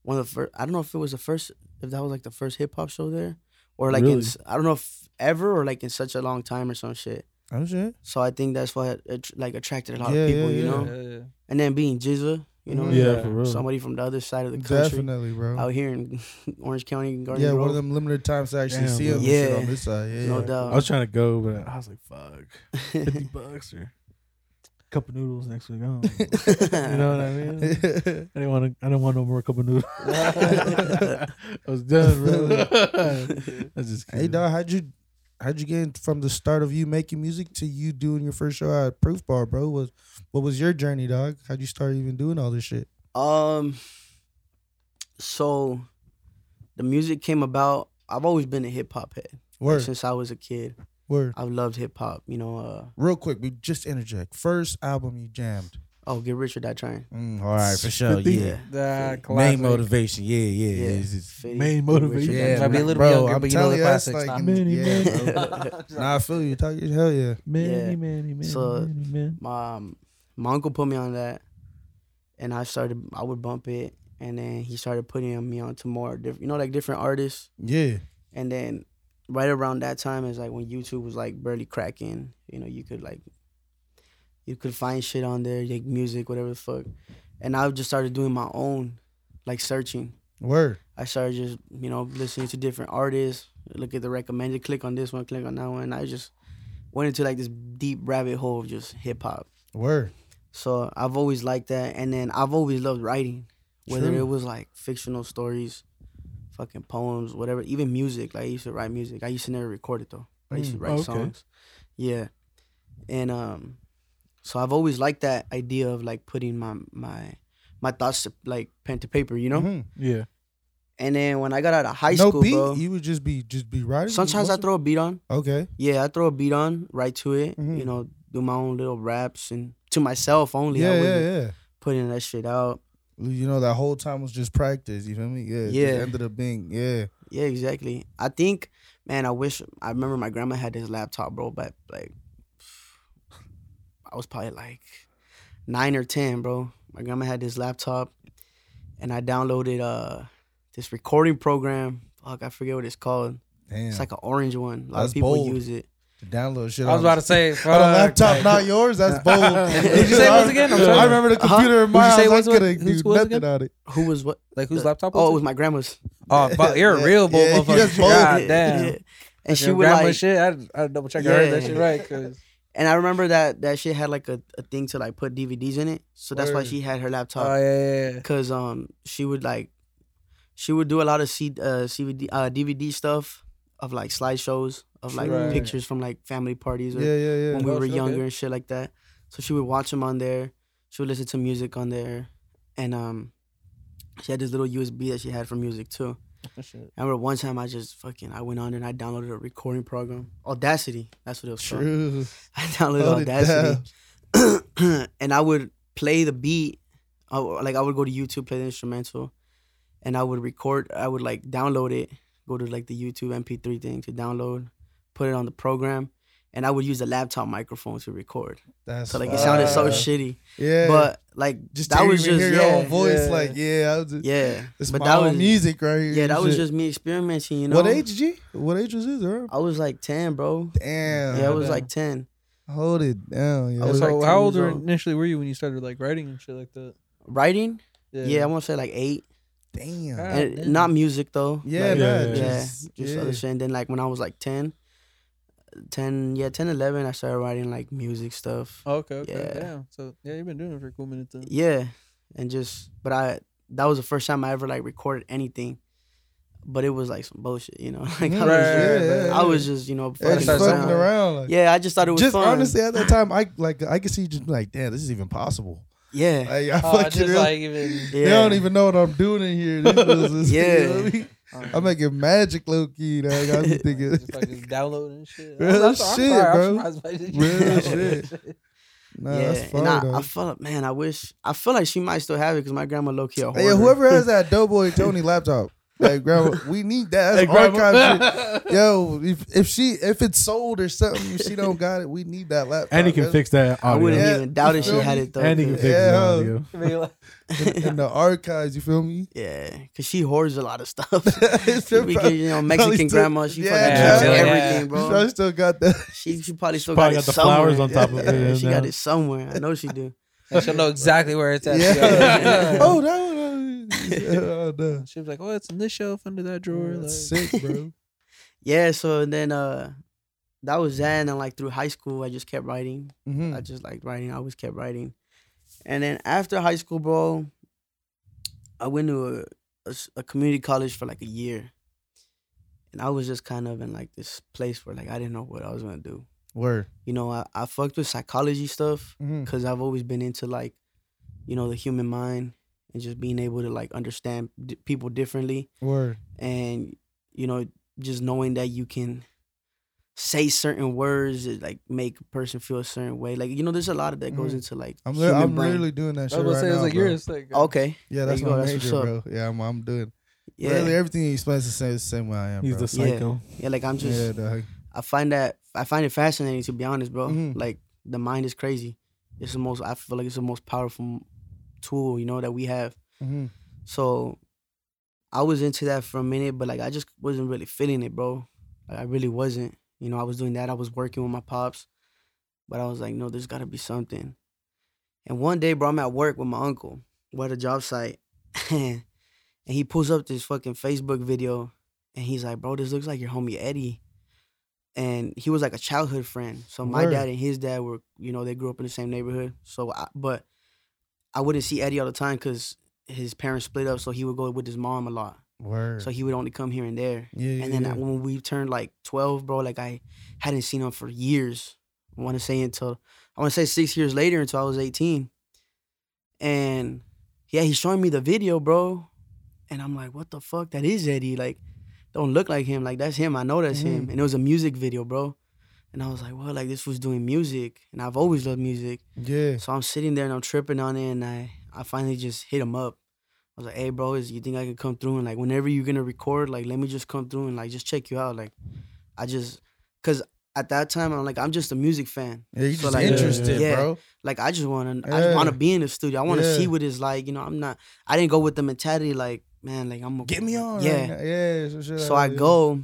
one of the first. I don't know if it was the first, if that was like the first hip hop show there, or like in Really? s- I don't know if ever or like in such a long time or some shit. Oh shit. So I think that's why it, att- like attracted a lot Yeah, of people, yeah, you yeah. know. Yeah, And then being Jizza, you know, Yeah, for real. Oh, somebody from the other side of the country Definitely, bro. out here in Orange County, Garden yeah, one Grove. of them limited times to actually Damn, see bro. him. Yeah, Yeah. on this side. Yeah, No yeah. doubt. I was trying to go, but I was like, "Fuck, fifty bucks or cup of noodles next week." I don't know. You know what I mean? I didn't want to. I didn't want no more cup of noodles. I was done, bro. I was just kidding. hey, dog, how'd you how'd you get in from the start of you making music to you doing your first show at Proof Bar, bro? Was what was your journey, dog? How'd you start even doing all this shit? Um, so the music came about. I've always been a hip hop head like, Word, since I was a kid. word. I've loved hip hop. You know, uh, Real quick, we just interject. First album you jammed. oh, get rich or die trying. Mm, all right, for sure. Fifty. Yeah. yeah. Main Main motivation. Yeah, yeah. Yeah. it's- it's- Fitty, Main Get Rich or motivation. Die Yeah, Trying. Might be a man. little bro, bit younger, I'm but you know telling the you, that's classics, like, nah. Many, yeah, many. bro. nah, I feel you. Talk your hell yeah. Many, Yeah. many, many, So- many, many. my um, my uncle put me on that, and I started. I would bump it, and then he started putting me on to more different, you know, like different artists. Yeah. And then right around that time is like when YouTube was like barely cracking. You know, you could like you could find shit on there, like music, whatever the fuck. And I just started doing my own, like searching. Word. I started just, you know, listening to different artists, look at the recommended, click on this one, click on that one. And I just went into like this deep rabbit hole of just hip hop. Word. So I've always liked that, and then I've always loved writing, whether True. it was like fictional stories, fucking poems, whatever, even music. Like I used to write music. I used to never record it though. I used to Mm, write okay. songs. Yeah, and um, so I've always liked that idea of like putting my my my thoughts to, like pen to paper, you know. Mhm. Yeah, And then when I got out of high no school, beat. bro, You would just be just be writing. sometimes I What's- throw a beat on. Okay. Yeah, I throw a beat on, right to it. Mhm. You know, do my own little raps and to myself only. I Yeah, wasn't yeah, yeah. putting that shit out. You know that whole time was just practice. You feel me? Yeah. it just Yeah. ended up being yeah. Yeah, exactly. I think, man, I wish I remember my grandma had this laptop, bro. But like, I was probably like nine or ten, bro. My grandma had this laptop, and I downloaded uh this recording program. Fuck, I forget what it's called. Damn. It's like an orange one. A lot That's of people bold. use it. To download shit. I on was about the- to say, on fuck, a laptop, like- not yours. That's bold. What'd you say it was again? I'm sorry. I remember the Uh-huh. computer in my What'd you house. say it I was- couldn't whose do was it nothing again? on it. Who was what? Like whose laptop? Oh, it Was was it? my grandma's. oh, fuck, you're a real bull Yeah, you motherfucker. just bold. God damn. Yeah. And she Your would grandma's like, shit. I, I double check. I heard that Yeah. shit right. 'cause- And I remember that that shit had like a, a thing to like put DVDs in it. So that's why Word. she had her laptop Oh yeah, yeah, yeah. because um she would like she would do a lot of C- uh, CVD, uh, DVD stuff of like slideshows of like Right. pictures from like family parties or Yeah, yeah, yeah. when we Oh, were shit, okay. younger and shit like that. So she would watch them on there. She would listen to music on there, and um, she had this little USB that she had for music too. Oh, Shit. I remember one time I just fucking I went on there and I downloaded a recording program, Audacity. That's what it was called. True. I downloaded Hold it Audacity, and I would play the beat. I, w- like I would go to YouTube, play the instrumental, and I would record. I would like download it, go to like the YouTube MP3 thing to download, put it on the program, and I would use the laptop microphone to record. That's So like it sounded so fire. shitty, Yeah. but like just that to was even just hear your own yeah, voice. yeah. Like yeah, I was just, yeah. This But my that own was music right here. yeah, that and was shit. just me experimenting. You know, What age, G? What age was this, bro? I was like ten, bro. Damn. Yeah, I was damn. like ten. Hold it down. Yeah. I was so like 10 how old years were old. initially were you when you started like writing and shit like that? Writing, yeah, I want to say like eight. Damn. Ah, And damn. not music though. yeah, Like, man. yeah, yeah, Just, just yeah. other shit. And then like when I was like 10, 10, yeah, 10, 11, I started writing like music stuff. Oh, okay, okay, Yeah. yeah. So yeah, you've been doing it for a cool minute then. Yeah, and just but I that was the first time I ever like recorded anything, but it was like some bullshit, you know. Like Right, I, was, just, right, I right. was just you know Yeah, fucking just Start fucking around. sounding- around. Like, Yeah, I just thought it was just fun. honestly, at that time, I like I could see you just be like, damn, this is even possible. yeah, Like, I Oh, fucking just really- like even yeah. They don't even know what I'm doing in here. These fools is- you Yeah. know what I mean? I'm making magic, low key. Like, I'm just thinking, oh, just like just downloading shit. Real I'm, I'm shit, sorry, bro. I'm surprised by this. Real shit. nah, yeah, that's fun. and I, I dog. feel like, man, I wish I feel like she might still have it because my grandma low key a Hey, yeah, hoarder. whoever has that Doughboy Tony laptop, like, grandma, we need that. That's archive shit. Yo, if, if she if it's sold or something, if she don't got it, we need that laptop. Andy can That's- fix that I audio. wouldn't Yeah, even doubt you if she feel had me? it though. Andy can 'cause- fix that Yeah. audio. in, in the archives. You feel me? Yeah, cause she hoards a lot of stuff. It's we get, you know, Mexican still- grandma, she Yeah, fucking yeah. keeps Yeah. everything, She bro. probably still got that. She she probably still Probably got, got it the flowers on somewhere. top of it. Yeah, and she now- got it somewhere. I know she do. And she'll know exactly where it's at. Yeah. oh, that one. Oh, no. She was like, "Oh, it's in this shelf under that drawer." Like, That's sick, bro. Yeah. So and then uh, that was that, and then, like through high school, I just kept writing. I Hmm. Mhm. just liked writing. I always kept writing. And then after high school, bro, I went to a, a s- a community college for like a year, and I was just kind of in like this place where like I didn't know what I was gonna do. Word. You know, I, I fucked with psychology stuff. Mhm. because I've always been into like, you know, the human mind and just being able to like understand d- people differently Word. and you know just knowing that you can say certain words that like make a person feel a certain way. Like you know, there's a lot of that goes Mhm. into like I'm, li- human I'm brain. Oh, literally doing that I shit was gonna right say, now, it's like bro. yours. Like, Okay, Yeah, There that's you go, my that's what's major, bro. up. Yeah, I'm, I'm doing. yeah, Literally everything he explains is the same, the same way I am, He's bro. the psycho. yeah. Like I'm just, yeah, dog. I find that I find it fascinating to be honest, bro. Mhm. Like the mind is crazy. It's the most. I feel like it's the most powerful tool you know that we have. Mhm. So I was into that for a minute, but like I just wasn't really feeling it, bro. Like I really wasn't. You know, I was doing that. I was working with my pops, but I was like, no, there's got to be something. And one day, bro, I'm at work with my uncle. We're at a job site, and he pulls up this fucking Facebook video, and he's like, bro, this looks like your homie Eddie. And he was like a childhood friend. So my Word. dad and his dad were, you know, they grew up in the same neighborhood. So, I, but I wouldn't see Eddie all the time because his parents split up, so he would go with his mom a lot. Word. So he would only come here and there. yeah, yeah, And then yeah. uh, when we turned like twelve, bro, like I hadn't seen him for years. I want to say until I want to say six years later until I was eighteen. And yeah, he's showing me the video, bro, and I'm like, what the fuck? That is Eddie. Like, don't look like him. Like that's him. I know that's Mm. him. And it was a music video, bro. And I was like, well, like this was doing music, and I've always loved music. yeah. So I'm sitting there and I'm tripping on it, and I I finally just hit him up. I was like, "Hey, bro, is you think I could come through and like whenever you're gonna record, like let me just come through and like just check you out, like I just, cause at that time I'm like I'm just a music fan, Yeah, you So, just like, yeah, interested, yeah. bro. like I just wanna I just Yeah. wanna be in the studio, I wanna Yeah. see what it's like, you know. I'm not I didn't go with the mentality like man, like I'm a, Get me on. yeah. Right now. Yeah. Some shit So like I that, yeah. go,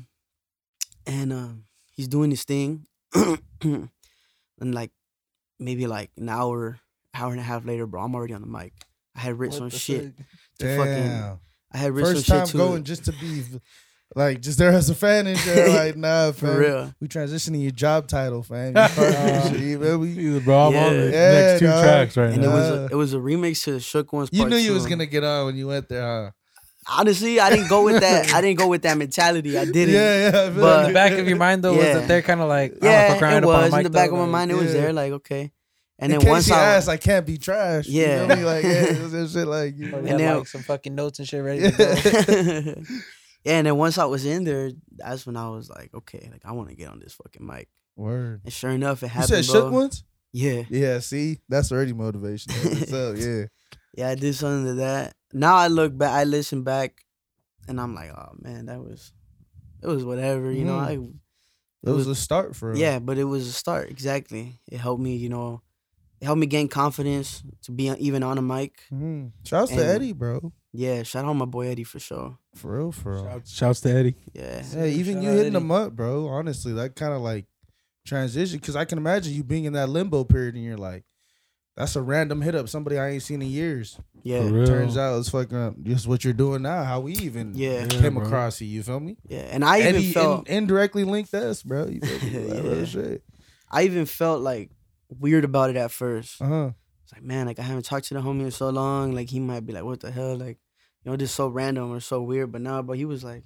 and um, he's doing his thing, and like maybe like an hour, hour and a half later, bro, I'm already on the mic. I had written what some the shit. fuck? to fucking- Damn. I had written First some time shit to going just to be Like just there as a fan and shit. Like nah, For fam. real. We transitioning your job title, fam. You fucking shit, you feel me? Either, bro, I'm on the Yeah. next two Yeah, dog. tracks right And it now. was Uh, a, it was a remix to Shook One's You Part knew you Two. was gonna get on when you went there, huh? Honestly, I didn't go with that. I didn't go with that mentality. I didn't. Yeah, yeah. I feel But- you. the In back of your mind though was Yeah. that they're kind of like I don't know, Yeah, crying it up on was a in mic the back though, of my like- mind. It was yeah. there, like okay. And In then case once you I asked, I can't be trash. Yeah. you feel me? like yeah, it was that shit like you. Or we had And then- like some fucking notes and shit ready. To go. yeah, and then once I was in there, that's when I was like, okay, like I want to get on this fucking mic. Word. And sure enough, it You happened. said shook bro. ones. Yeah, Yeah, see, that's already motivation. So yeah, yeah, I did something to that. Now I look back, I listen back, and I'm like, oh man, that was, it was whatever, you Mm, know. I, it was a start for. yeah, but it was a start. Exactly, it helped me, you know, it helped me gain confidence to be on- even on a mic. Mm. Shouts to And- Eddie, bro. Yeah, shout out my boy Eddie for sure. For real, for real. Shout- Shouts to Eddie. Yeah, Yeah, even Shout you out hitting Eddie. them up, bro. Honestly, that kind of like transition because I can imagine you being in that limbo period and you're like, that's a random hit up somebody I ain't seen in years. For yeah, real. Turns out it's fucking up. just what you're doing now. How we even yeah, Yeah, came bro. across you. You feel me? yeah. And I even Eddie in- felt indirectly linked us, bro. You feel me? Like, real Yeah. shit. I even felt like weird about it at first. Uh huh. It's like, man, like I haven't talked to the homie in so long. Like he might be like, what the hell? Like, you know, just so random or so weird. But no, but he was like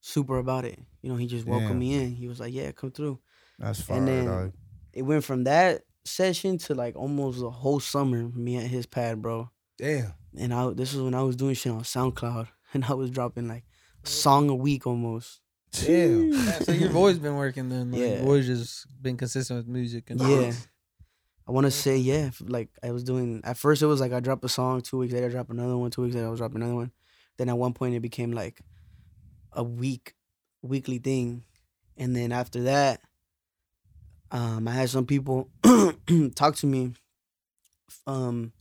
super about it. You know, he just welcomed Damn. me in. He was like, yeah, come through. That's fire, And then- dog. It went from that session to like almost the whole summer, me at his pad, bro. Damn. And I this is when I was doing shit on SoundCloud and I was dropping like a song a week almost. Damn. Yeah, so you've always been working then. Like, Yeah. You've always just been consistent with music and Yeah. I want to say yeah, f- like I was doing at first it was like I drop a song, two weeks later I drop another one, two weeks later I was dropping another one. Then at one point it became like a week weekly thing. And then after that um I had some people talk to me f- um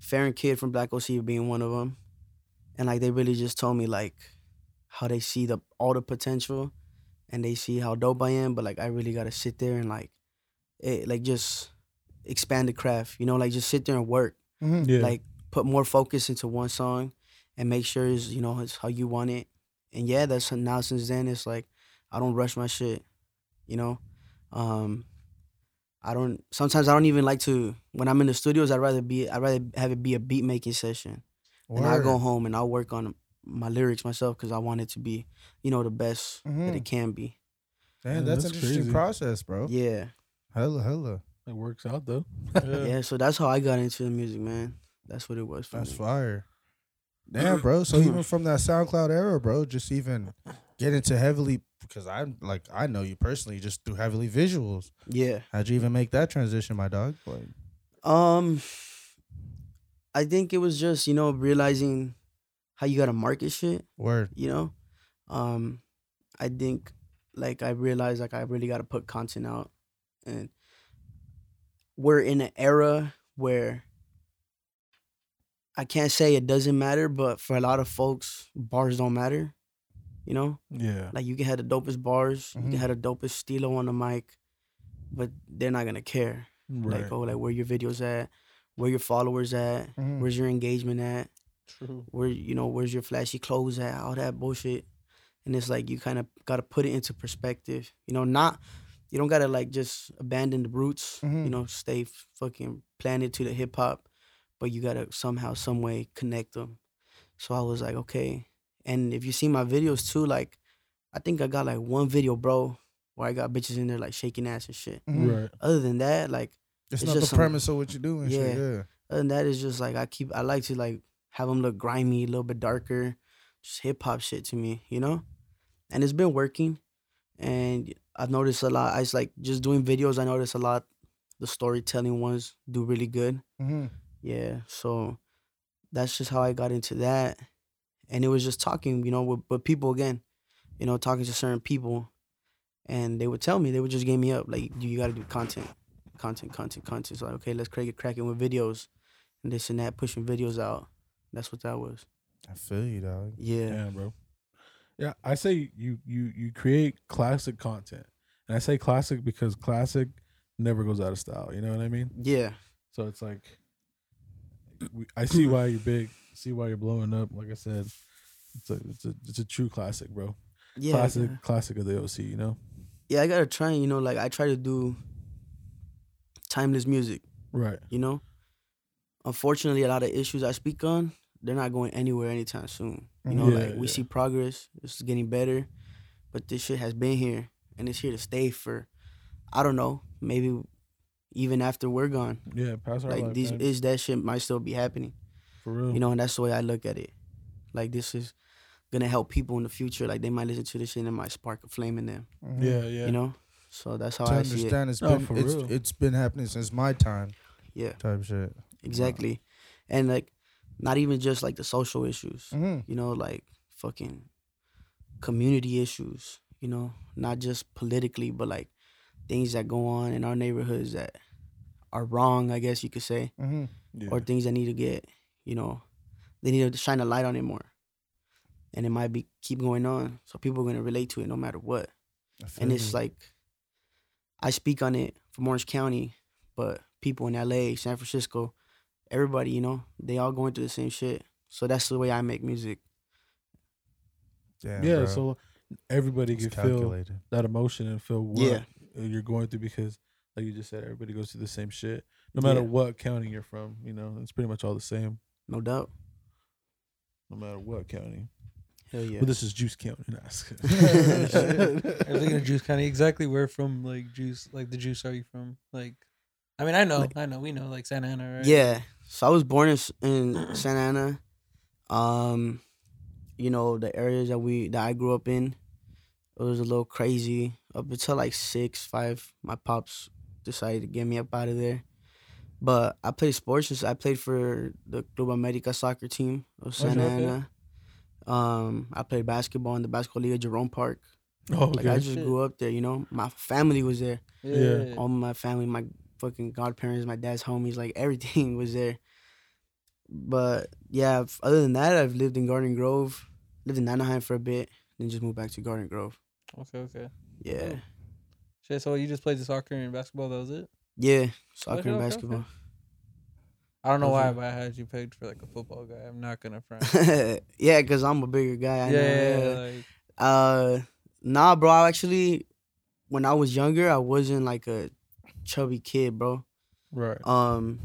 Farron Kid from Black OC being one of them. And like they really just told me like how they see the all the potential and they see how dope I am, but like I really got to sit there and like it, eh, like just expand the craft, you know, like just sit there and work, Mm-hmm. Yeah. like put more focus into one song and make sure it's, you know, it's how you want it. And yeah, that's now since then, it's like, I don't rush my shit, you know? Um, I don't, sometimes I don't even like to, when I'm in the studios, I'd rather be, I'd rather have it be a beat making session. And I Word. go home and I'll work on my lyrics myself because I want it to be, you know, the best that Mhm. it can be. Damn, Yeah, that's, that's an interesting crazy. process, bro. Yeah. Hella, hella. it works out though. Yeah. So that's how I got into the music, man. That's what it was for That's me. fire. Damn, bro. So even from that SoundCloud era, bro, just even get into heavily because I'm like I know you personally just through heavily visuals. Yeah. How'd you even make that transition, my dog? Like, Um, I think it was just you know realizing how you gotta market shit. word. You know, um, I think like I realized like I really gotta put content out, and we're in an era where I can't say it doesn't matter, but for a lot of folks, bars don't matter. You know, Yeah. like you can have the dopest bars, you Mhm. can have the dopest stilo on the mic, but they're not gonna care. Like, oh, like where your videos at, where your followers at, Mhm. where's your engagement at, True. where you know, where's your flashy clothes at, all that bullshit. And it's like you kind of gotta put it into perspective. You know, not you don't gotta like just abandon the roots. Mhm. You know, stay fucking planted to the hip hop, but you gotta somehow, some way connect them. So I was like, okay. And if you see my videos too, like I think I got like one video, bro, where I got bitches in there like shaking ass and shit. Mhm. Right. Other than that, like It's, Mm-hmm. It's not just the some- premise of what you're doing. Yeah. Shit, Yeah. yeah. other than that, it's just like I keep I like to like have them look grimy, a little bit darker, just hip hop shit to me, you know. And it's been working, and I've noticed a lot. I just like just doing videos. I notice a lot. The storytelling ones do really good. Mhm. Yeah, so that's just how I got into that, and it was just talking, you know, with, with people again, you know, talking to certain people, and they would tell me they would just game me up like, "Dude, you got to do content, content, content, content." So like, okay, let's crack it, cracking with videos, and this and that, pushing videos out. That's what that was. I feel you, dog. Yeah, Yeah, bro. Yeah, I say you you you create classic content, and I say classic because classic never goes out of style. You know what I mean? yeah, So it's like, we, I see why you're big, see why you're blowing up. Like I said, it's a it's a it's a true classic, bro. Yeah, I classic, gotta- classic of the OC. You know, yeah, I gotta try. You know, like I try to do timeless music. right? You know, unfortunately, a lot of issues I speak on, they're not going anywhere anytime soon. You know, Yeah, like we yeah. see progress, it's getting better, but this shit has been here and it's here to stay for, I don't know, maybe even after we're gone. Yeah, pass our like life, these man. is that shit might still be happening. for real. You know, and that's the way I look at it. Like this is gonna help people in the future. Like they might listen to this shit and it might spark a flame in them. yeah, yeah, You know, so that's how to I see it. understand it's No, been for it's, real. it's been happening since my time Yeah, type shit. exactly. And like, not even just like the social issues. Mm-hmm. You know, like fucking community issues. You know, not just politically, but like things that go on in our neighborhoods that are wrong. I guess you could say. Mm-hmm. yeah. or things that need to get, you know, they need to shine a light on it more. And it might be keep going on. So people are gonna relate to it no matter what. And it's like I speak on it from Orange County, but people in LA, San Francisco, everybody, you know, they all going through the same shit. So that's the way I make music. Damn, yeah. bro. So everybody It's can feel calculated. that emotion and feel what Yeah. you're going through because, like you just said, everybody goes through the same shit, no matter Yeah. what county you're from. You know, it's pretty much all the same, No doubt. no matter what county. Hell yeah. But this is Juice County. Nah, it's- I was thinking of Juice County. Exactly where from, like Juice, like the Juice. Are you from? Like, I mean, I know, I know, we know, like Santa Ana, right? Yeah. So I was born in, S- in Santa Ana. Um, you know the areas that we that I grew up in, it was a little crazy up until like six, five. My pops decided to get me up out of there. But I played sports. since I played for the Club America soccer team of Santa okay. Ana. Um, I played basketball in the basketball league at Jerome Park. oh, Like okay. I just Shit. grew up there. You know, my family was there Yeah. Yeah. all my family, my fucking godparents, my dad's homies, like everything was there. But yeah, f- other than that, I've lived in Garden Grove, lived in Anaheim for a bit, then just moved back to Garden Grove. Okay. Okay. Yeah, Oh. Shit. So you just played the soccer and basketball. That was it. yeah, soccer Okay, and okay, basketball. I don't know Those why, are- but I had you pegged for like a football guy. I'm not gonna front. yeah, cause I'm a bigger guy. yeah. I know, yeah, yeah. Like, Uh, nah, bro. I actually, when I was younger, I wasn't like a chubby kid, bro. oh, right. Um,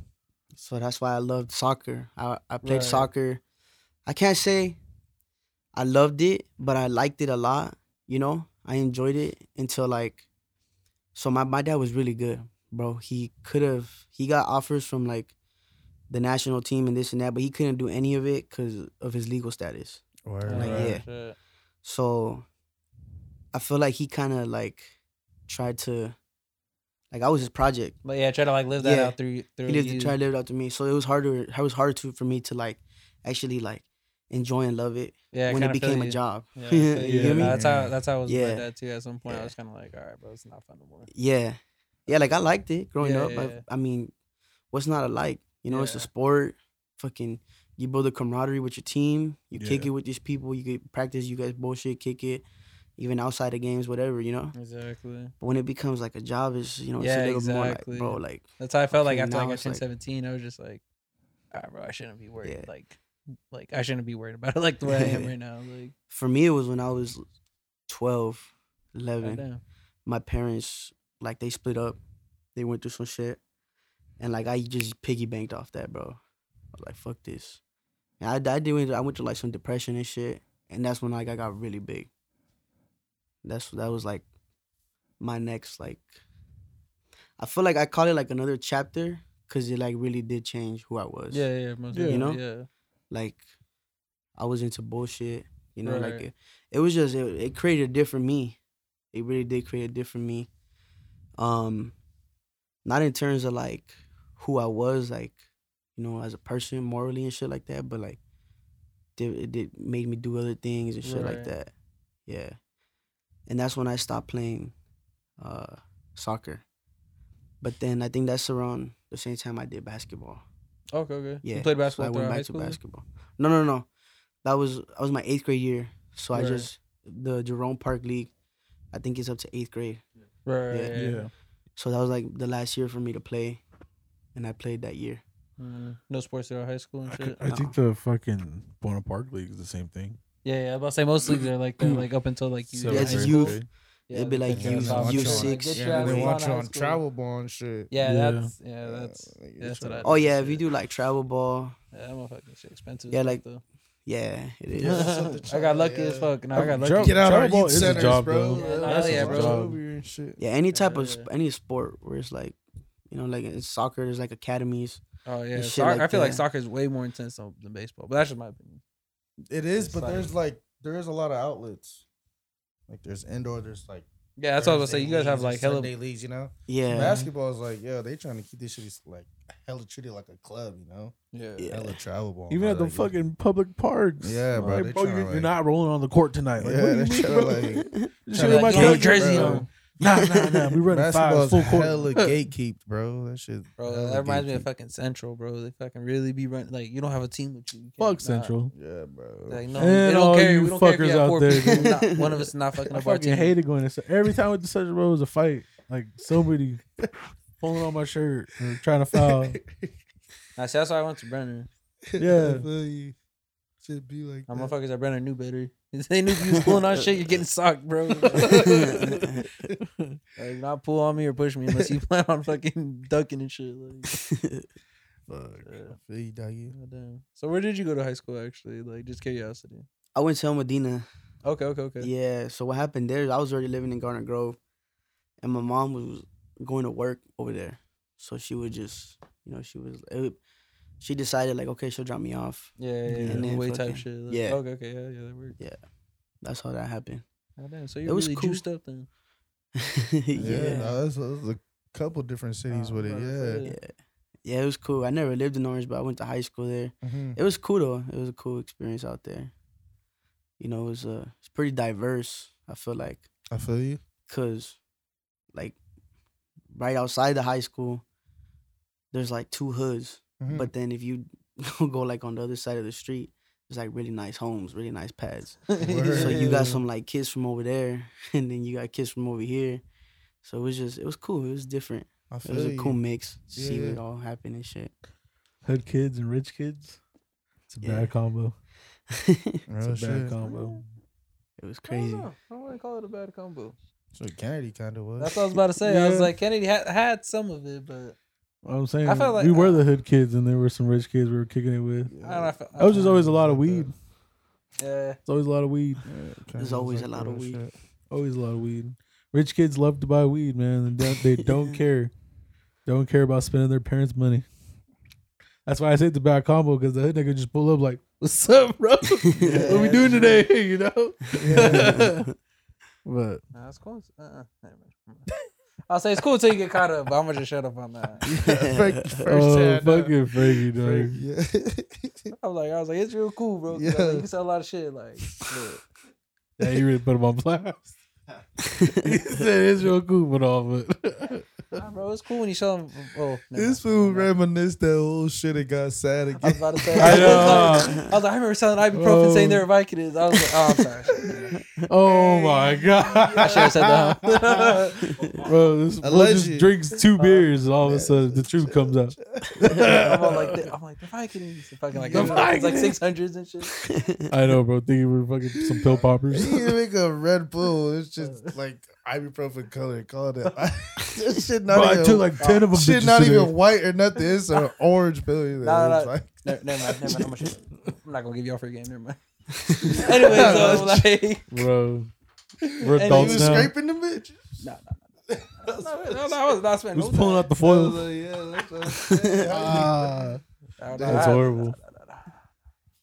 so that's why I loved soccer. I, I played Right. soccer. I can't say I loved it, but I liked it a lot. You know, I enjoyed it until like, so my, my dad was really good, bro. He could have, he got offers from like the national team and this and that, but he couldn't do any of it because of his legal status. Word. Like, right, yeah. shit. So I feel like he kind of like tried to, like, I was his project. But yeah, try to like live that Yeah. out through through. he you. doesn't try to live it out to me. So it was harder. It was harder to for me to like actually like enjoy and love it yeah, I when it kinda feel became a you. job. Yeah, I You feel hear you. me? Nah, That's how that's how I was Yeah. like that too. At some point, I Yeah. was kind of like, all right, bro, it's not fun no more. Yeah, yeah. Like I liked it growing Yeah, up. yeah, I, yeah. I mean, what's not a like? You know, it's a Yeah. sport. Fucking, you build a camaraderie with your team. You kick Yeah. it with these people. You get practice. You guys bullshit kick it, even outside of games, whatever. You know. Exactly. But when it becomes like a job, it's you know, it's Yeah, a little exactly. more like, bro, like That's how I felt like Okay, after now like I it's turned like- 17, I was just like, all right, bro, I shouldn't be worried. Yeah. Like, like I shouldn't be worried about it like the way I am right now. Like, for me, it was when I was 12, 11. goddamn. my parents like they split up they went through some shit and like i just piggy banked off that bro i was like fuck this and i, I did i went through like some depression and shit and that's when like i got really big that's that was like my next like i feel like i call it like another chapter because it like really did change who i was yeah, yeah, most Yeah. yeah, You know? yeah, like I was into bullshit. You know, like Right. it, it was just it, it created a different me. It really did create a different me. Um, not in terms of like who I was, like you know, as a person morally and shit like that, but like did, it did made me do other things and shit like Right. that. Yeah, and that's when I stopped playing uh, soccer. But then I think that's around the same time I did basketball. Okay, okay. Yeah. you played So basketball I throughout went high back to school. then? basketball. No, no, no. That was that was my eighth grade year. So I Right. just the Jerome Park League. I think it's up to eighth grade. Right, Yeah. yeah. yeah. yeah. So that was like the last year for me to play, and I played that year. Mm. Mm-hmm. No sports throughout high school and I, shit. could- I think the fucking Buena Park League is the same thing. Yeah, yeah. I was about to say most leagues are like that, like up until like you. Yeah, it's high youth. school. Yeah, It'd be like yeah, you- that's how you it's going. six. Like, Yeah, get your and ass they out want of you high on school. travel ball and shit. Yeah, Yeah. that's yeah, that's Like, that's what I- Oh yeah, if you do like travel ball, yeah, that motherfucking shit expensive. Yeah, as fuck, like- though. yeah, it is. I got lucky as fuck. No, I got lucky. drunk. Get out Travel our ball youth is a centers, job, bro. though. Yeah, That's hell a yeah, bro. job here and shit. Yeah, any type of Yeah. sp- any sport where it's like, you know, like in soccer, there's like academies. Oh yeah, shit soccer, like I feel like that. soccer is way more intense than than baseball, but that's just my opinion. It is, It's but like- there's like there is a lot of outlets. Like there's indoor, there's like Yeah, that's what I was Thursday gonna say. You guys have leagues and like hella. Sunday leagues, you know. Yeah, Basketball is like, yo, they trying to keep this shit is, like hella treated like a club, you know. Yeah, yeah, Hella travel ball. Even bro, at the like, fucking public parks. Yeah, bro, Like, they bro, tryna, you're, you're like- not rolling on the court tonight. Like, Yeah, what do you they're mean, tryna, bro? like- This shit in tryna, my like, country, get your jersey bro. on. Nah, nah, nah. We running Basketball five is full court. hella gatekeeped, bro. That shit, bro, hella that reminds me of gatekeeped. fucking Central, bro. They fucking really be running. Like you don't have a team with you. you Fuck can't- nah. Central. Yeah, bro. Like no, And they don't all care. you We don't care if fuckers you have out four there, people. dude. Not- one of us is not fucking I up our fucking team. hated going to every time with the Central bro was a fight. Like somebody pulling on my shirt or trying to foul. Nah, see, that's why I went to Brenner. Yeah. Really, should be like. My that. motherfuckers at Brenner knew better. they knew if you was pulling on shit, you're getting socked, bro. like not pull on me or push me unless you plan on fucking ducking and shit. Like, Fuck. yeah. Feel you, doggy. Goddamn. So where did you go to high school actually? Like just curiosity. I went to El Medina. Okay, okay, okay. Yeah, so what happened there is I was already living in Garner Grove, and my mom was going to work over there, so she would just, you know, she was, it, she decided like, okay, she'll drop me off. Yeah, yeah, And yeah. then Way fucking- type shit. Like, yeah. Okay, okay, yeah, yeah, that worked. That's how that happened. Goddamn. So It you was really cool. juiced up then. Yeah, yeah. no, that's, that's a couple different cities Oh, with it. bro, Yeah. yeah. yeah, yeah, it was cool. I never lived in Orange, but I went to high school there. Mhm. It was cool though. It was a cool experience out there. You know, it was uh, it's pretty diverse. I feel like I feel you. because, like, right outside the high school, there's like two hoods. Mhm. But then if you go like on the other side of the street, there's like really nice homes, really nice pads. So you got some like kids from over there, and then you got kids from over here. So it was just it was cool. It was different. I It feel was a you. cool mix. to See Yeah. what all happened and shit. Hood kids and rich kids. It's a Yeah. bad combo. It's Real a bad Oh, shit. combo. It was crazy. I wouldn't call it a bad combo. So Kennedy kind of was. That's what I was about to say. I was Yeah. like, Kennedy had, had some of it, but What I'm saying I felt like- uh, we were the hood kids and there were some rich kids we were kicking it with. I don't know. I felt- That was just always a lot of weed. Yeah. It's always a lot of weed. Yeah, Kennedy There's was always like a lot real of weed. shit. Always a lot of weed. Rich kids love to buy weed, man. They don't, they don't care. They don't care about spending their parents' money. That's why I say it's a bad combo because the hood nigga just pull up like, "What's up, bro? what we doing today?" You know. but Nah, it's cool. Uh-uh. Never mind. I'll say it's cool till you get caught up, but I'm gonna just shut up on that. Frank- first oh, hand, uh, fucking Frankie, Frank- dog. Yeah. I'm like, I was like, it's real cool, bro. 'cause I was Yeah. like, you can sell a lot of shit. Like, look. Yeah, you really put him on blast. he said it's real cool, but all but Nah, bro, it's cool when you sell them. Oh, never this mind, fool never mind. reminisced that old shit and got sad I was again. about to say. I I was, know. like, I was like, I remember selling ibuprofen, saying Oh. they were Vicodins. I was like, oh, I'm sorry. oh my I should have god, said that. bro! This fool Alleged. just drinks two beers, and all of a sudden the truth comes out. I'm all like, the, I'm like the Vicodins, and fucking like, The it's like Vicodins. six hundreds and shit. I know, bro. Thinking we were fucking some pill poppers. He didn't make a Red Bull. It's just like ibuprofen color. Call it. this shit not Bro, I even. took like ten of them. shit bitches not today. even white or nothing. It's an orange pill. Either. Nah, nah. It's like, No, never mind, never mind. I'm, gonna, I'm not gonna give y'all free game. Never mind. anyway, so like, bro. We're he he adults was now. scraping the bitch. no, no, no, I was not spending. Who's no pulling out time. the I was foil? like, yeah, that's what I'm saying. Ah. I don't know. That's I- horrible.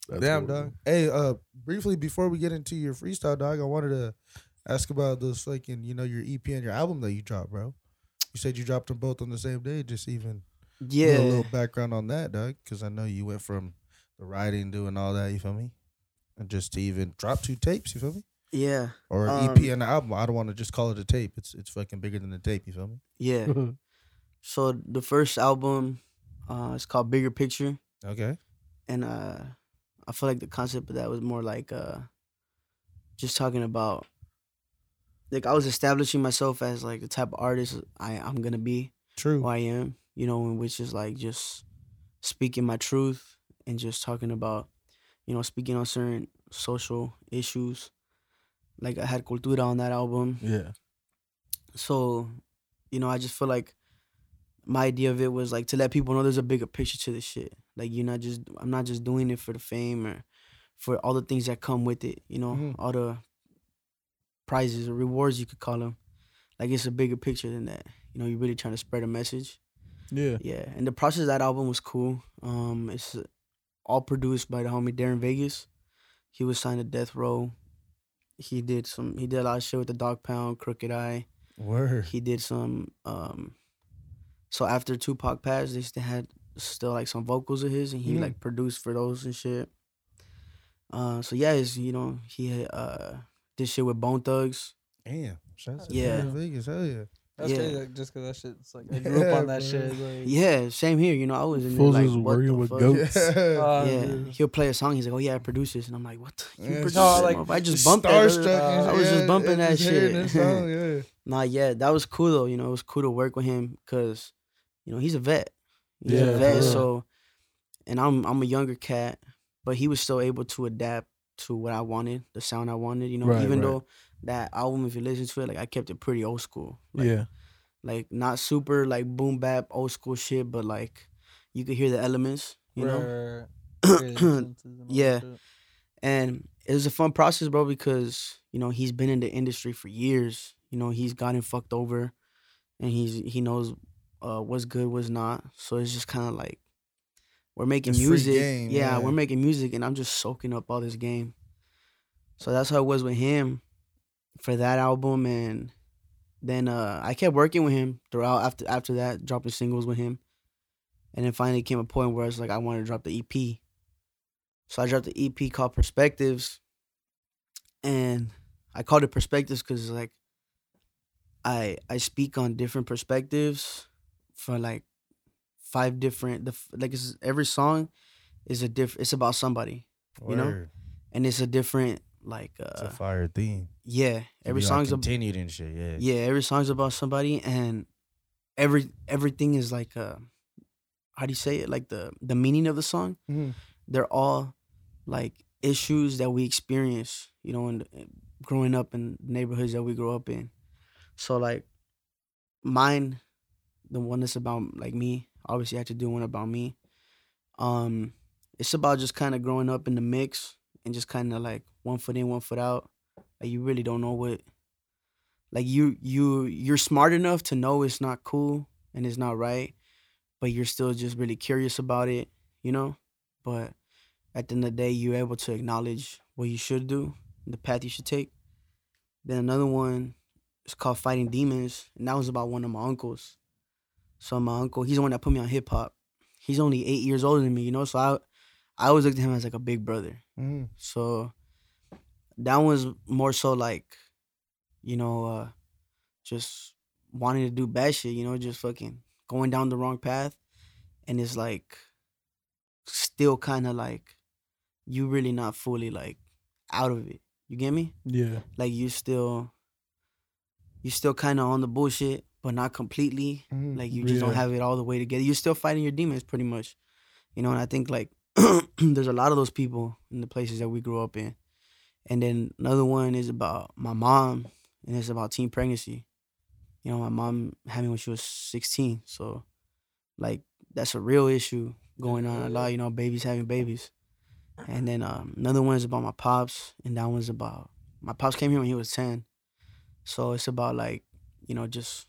That's Damn, horrible. dog. Hey, uh, briefly before we get into your freestyle, dog, I wanted to ask about those fucking, you know, your EP and your album that you dropped, bro. You said you dropped them both on the same day. Just even give Yeah. a little background on that, dog, because I know you went from the writing, doing all that. You feel me? And just to even drop two tapes, you feel me? Yeah. Or an Um, EP and an album. I don't want to just call it a tape. It's it's fucking bigger than a tape. You feel me? Yeah. So the first album, uh, it's called Bigger Picture, Okay. and uh, I feel like the concept of that was more like uh, just talking about, like I was establishing myself as like the type of artist I I'm gonna be, True. who I am, you know, and which is like just speaking my truth and just talking about, you know, speaking on certain social issues. Like I had Cultura on that album. Yeah. So, you know, I just feel like my idea of it was like to let people know there's a bigger picture to this shit. Like you're not just I'm not just doing it for the fame or for all the things that come with it, you know, Mhm. all the prizes or rewards you could call them. Like it's a bigger picture than that. You know, you're really trying to spread a message. Yeah. Yeah, and the process of that album was cool. Um, it's all produced by the homie Darren Vegas. He was signed to Death Row. He did some. He did a lot of shit with the Dog Pound, Crooked Eye. Word. He did some. Um, so after Tupac passed, they still had still like some vocals of his, and he Mm. Mhm. like produced for those and shit. Uh, so yeah, it's, you know he uh did shit with Bone Thugs. Damn. Shouts to Yeah. Darren Vegas. Hell yeah. That's Yeah. crazy, like, just because that shit's like I grew up Yeah, on that bro. shit. Like, Yeah, same here. You know, I was in there Fools like, was what the working with fuck? goats. Yeah. uh, yeah, dude. he'll play a song. He's like, "Oh yeah, I produce this," and I'm like, "What? The, you Yeah, produce no, it, like, motherfucker. I just Just bumped starstruck that. and I was shit, just bumping yeah, that just hearing shit. that song, yeah. Nah, yeah, that was cool though. You know, it was cool to work with him because, you know, he's a vet. He's Yeah, a vet, for real. so, and I'm I'm a younger cat, but he was still able to adapt to what I wanted, the sound I wanted. You know, Right, even right. though that album, if you listen to it, like I kept it pretty old school. Like, yeah. like not super like boom bap old school shit, but like you could hear the elements. You know. Where- where the influences and all that Yeah. shit. And it was a fun process, bro, because you know he's been in the industry for years. You know he's gotten fucked over, and he's he knows uh, what's good, what's not. So it's just kind of like we're making It's free music, game, yeah, yeah. we're making music, and I'm just soaking up all this game. So that's how it was with him for that album, and then uh, I kept working with him throughout after after that, dropping singles with him, and then finally came a point where it's like I wanted to drop the E EP. So I dropped the EP called Perspectives, and I called it Perspectives because like I I speak on different perspectives for like five different the f- like it's, every song is a diff it's about somebody You know? Word. and it's a different like It's uh a fire theme. yeah every Be, like, song's about continued and shit. Yeah. yeah every song's about somebody and every everything is like uh how do you say it like the the meaning of the song Mhm. they're all like issues that we experience, you know, in, in growing up in neighborhoods that we grow up in. So like mine, the one that's about like me, obviously I had to do one about me. Um, it's about just kind of growing up in the mix and just kind of like one foot in, one foot out. Like you really don't know what, like you you you're smart enough to know it's not cool and it's not right, but you're still just really curious about it, you know. But at the end of the day, you're able to acknowledge what you should do, the path you should take. Then another one is called Fighting Demons, and that was about one of my uncles. So my uncle, he's the one that put me on hip hop. He's only eight years older than me, you know. So I, I always looked at him as like a big brother. Mm-hmm. Mhm. So that one's more so like, you know, uh, just wanting to do bad shit, you know, just fucking going down the wrong path. And it's like still kind of like you really not fully like out of it. You get me? Yeah. Like you still you still kind of on the bullshit, but not completely. Mm-hmm. Mhm. Like you just don't Mm-hmm. Yeah. have it all the way together. You're still fighting your demons pretty much. You know, and I think like there's a lot of those people in the places that we grew up in. And then another one is about my mom and it's about teen pregnancy. You know, my mom had me when she was 16. So like that's a real issue going on a lot, you know, babies having babies. And then um, another one is about my pops and that one's about my pops came here when he was 10. So it's about like, you know, just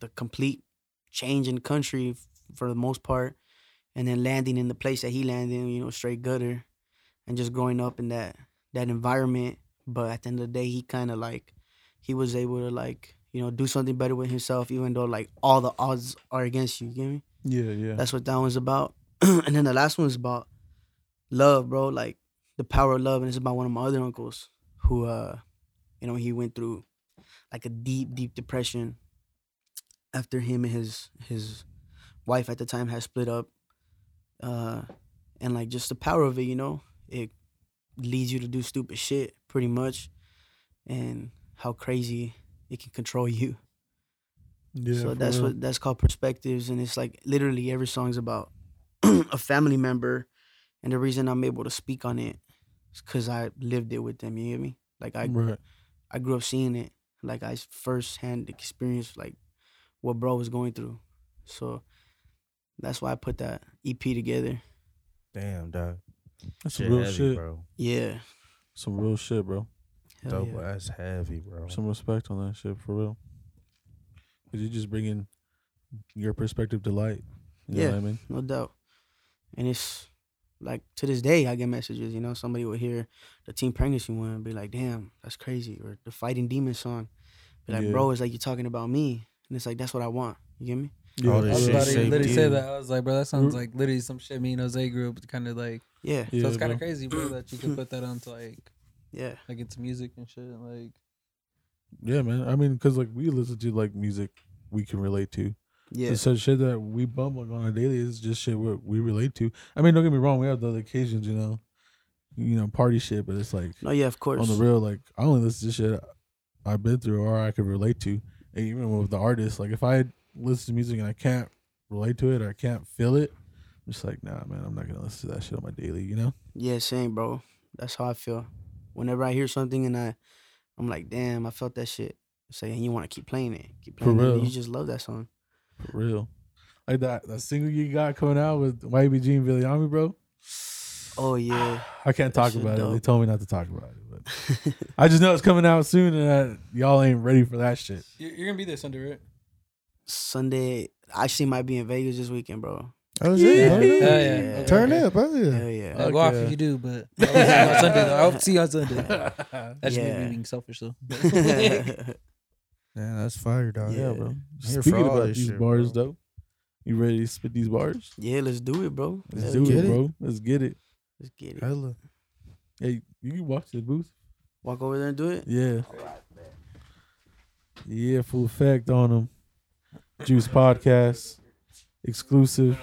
the complete change in country f- for the most part, and then landing in the place that he landed in, you know, straight gutter, and just growing up in that that environment. But at the end of the day, he kind of like he was able to like you know do something better with himself, even though like all the odds are against you. You get me? Yeah. Yeah. That's what that one's about. and then the last one's about love, bro. Like the power of love, and it's about one of my other uncles who, uh, you know, he went through like a deep, deep depression after him and his his wife at the time had split up. Uh, and like just the power of it, you know, it leads you to do stupid shit pretty much, and how crazy it can control you Yeah. so for that's real. what that's called perspectives, and it's like literally every song's about a family member, and the reason I'm able to speak on it because I lived it with them. You hear me? Like I right. I grew up seeing it. Like I firsthand experienced like what bro was going through. So that's why I put that EP together. Damn, dog. That's some real heavy, shit. bro. Yeah. Some real shit, bro. Hell Dope yeah. ass heavy, bro. Some respect on that shit for real. Cause you just bringing your perspective to light. You know Yeah. what I mean? no doubt. And it's like to this day, I get messages. You know, somebody will hear the teen pregnancy one and be like, "Damn, that's crazy," or the fighting demon song. Be like, Yeah. bro, it's like you're talking about me, and it's like that's what I want. You get me? Yeah, All I this was shit about to saved literally you. say that. I was like, bro, that sounds Mm. like literally some shit me and Jose grew up kind of like. Yeah, Yeah, so it's kind of bro. crazy, bro, that you could put that onto like yeah, like it's music and shit. Like Yeah, man. I mean, cause like we listen to like music we can relate to. yeah, It's So shit that we bump like, on a daily is just shit what we relate to. I mean, don't get me wrong, we have the other occasions, you know, you know, party shit, but it's like no, yeah, of course. on the real, like I only listen to shit I've been through or I could relate to. And even with the artist, like if I listen to music and I can't relate to it or I can't feel it, I'm just like, nah, man, I'm not gonna listen to that shit on my daily, you know? Yeah, same, bro. That's how I feel. Whenever I hear something and I, I'm like, damn, I felt that shit. It's like, and you want to keep playing it, keep For playing it. and real. You just love that song. For real. Like that that single you got coming out with YBG and Villami, bro. Oh yeah, I can't talk shit about it. They dope. told me not to talk about it, but I just know it's coming out soon, and I, y'all ain't ready for that shit. you're, you're gonna be there Sunday, right? Sunday. I actually might be in Vegas this weekend, bro. Oh, shit. Hell Yeah, yeah. yeah. Okay, Turn okay. up, oh yeah. Hell yeah. Uh, Fuck go off yeah. if you do, but I hope to see you on Sunday. Though. I hope to see you on Sunday. That's just me Yeah. being selfish though. Yeah, that's fire, dog. Yeah, bro. I'm here Speaking for all about this these shit, bars, bro. though, you ready to spit these bars? yeah, let's do it, bro. Let's Hell do yeah. it, get it. bro. Let's get it. Let's get it. Hella. Hey, you can walk to the booth. Walk over there and do it. Yeah. Yeah, full effect on them. Juice podcast, exclusive.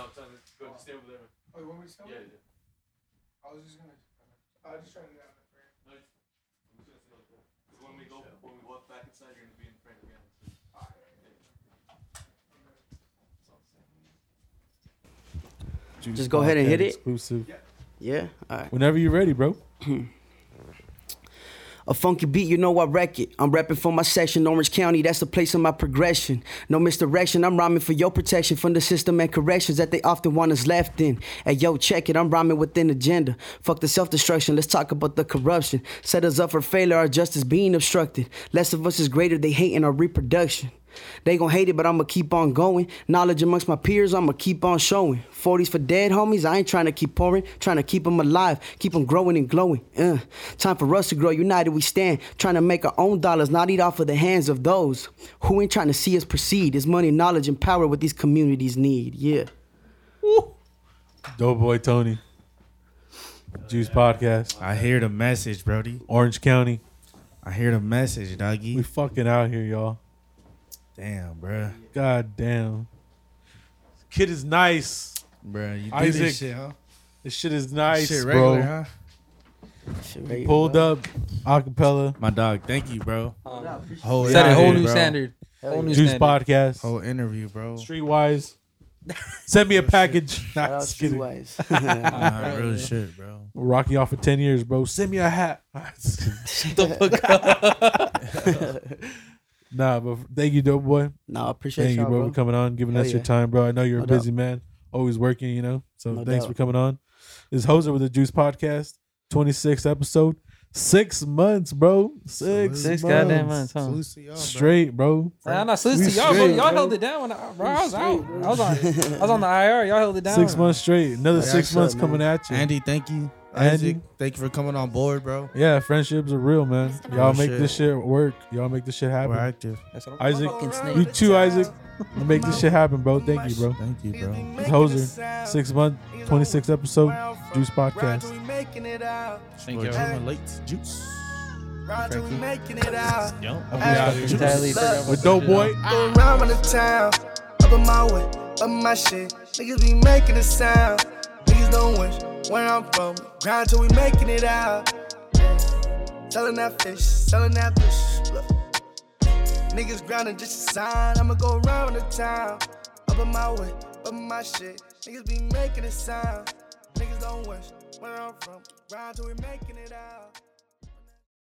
Juice Just go ahead and hit Podcast it. Exclusive. Yeah. All right. Whenever you're ready, bro. A funky beat, you know I wreck it. I'm rapping for my section, Orange County, that's the place of my progression. No misdirection, I'm rhyming for your protection from the system and corrections that they often want us left in. Hey yo, check it, I'm rhyming within agenda. Fuck the self destruction, let's talk about the corruption. Set us up for failure, our justice being obstructed. Less of us is greater, they hating our reproduction. They gon' hate it, but I'ma keep on going. Knowledge amongst my peers, I'ma keep on showing. 40s for dead homies, I ain't tryna keep pouring. Tryna keep them alive, keep them growing and glowing. Uh, time for us to grow, united we stand. Tryna make our own dollars, not eat off of the hands of those who ain't tryna see us proceed. It's money, knowledge, and power what these communities need. Yeah. Doughboy Tony. Juice podcast. I hear the message, Brody. Orange County. I hear the message, We doggy. fucking out here, y'all. Damn, bruh. God damn. Kid is nice. Bruh, you do Isaac. this shit, huh? This shit is nice, shit bro. regular, huh? Shit, right, Pulled bro. up, acapella, My dog, thank you, bro. Um, Whole set a interview, whole new bro. standard. Whole new juice standard. podcast, Whole interview, bro. streetwise. Send me a package. Nah, Shout out just kidding. Streetwise. Nah, real shit, bro. Rocky off for ten years, bro. Send me a hat. nah, but thank you, dope boy. nah, I appreciate Thank you, y'all, bro, bro. for coming on, giving Hell us your yeah. time, bro. I know you're No a busy man, always working, you know. So No thanks doubt. for coming on. This is Hoser with the Juice Podcast, 26th episode, six months, bro. Six, months. Six goddamn months, huh? Salute to y'all, bro. straight, bro. Nah, nah, salute We to y'all, bro. straight, Y'all bro. held it down when I, bro, I was out. I was on, I was on the IR. Y'all held it down. Six months straight. Another Like, six that's months up, coming at you. Andy, thank you. Andy. Isaac, thank you for coming on board, bro. Yeah, friendships are real, man. Y'all Oh, make shit. this shit work. Y'all make this shit We're happen. active. That's what I'm- Isaac, Fucking snake. you too, Isaac. You make this shit happen, bro. Thank you, bro. Thank you, bro. It's Hoser, six month, 26th episode, Juice Podcast. making it out. Thank you. Late juice. Ride till we making it out. Yo. Entirely forgot about With that Dope shit. Boy. Go around with the town, up in my way, up my shit. Niggas be making a sound. Niggas don't wish where I'm from. Grind till we making it out. Selling that fish, selling that fish. Look. Niggas grinding just a sign. I'ma go around the town, up in my way, up my shit. Niggas be making a sound. Niggas don't East on west, where I'm from. Ride till we making it out.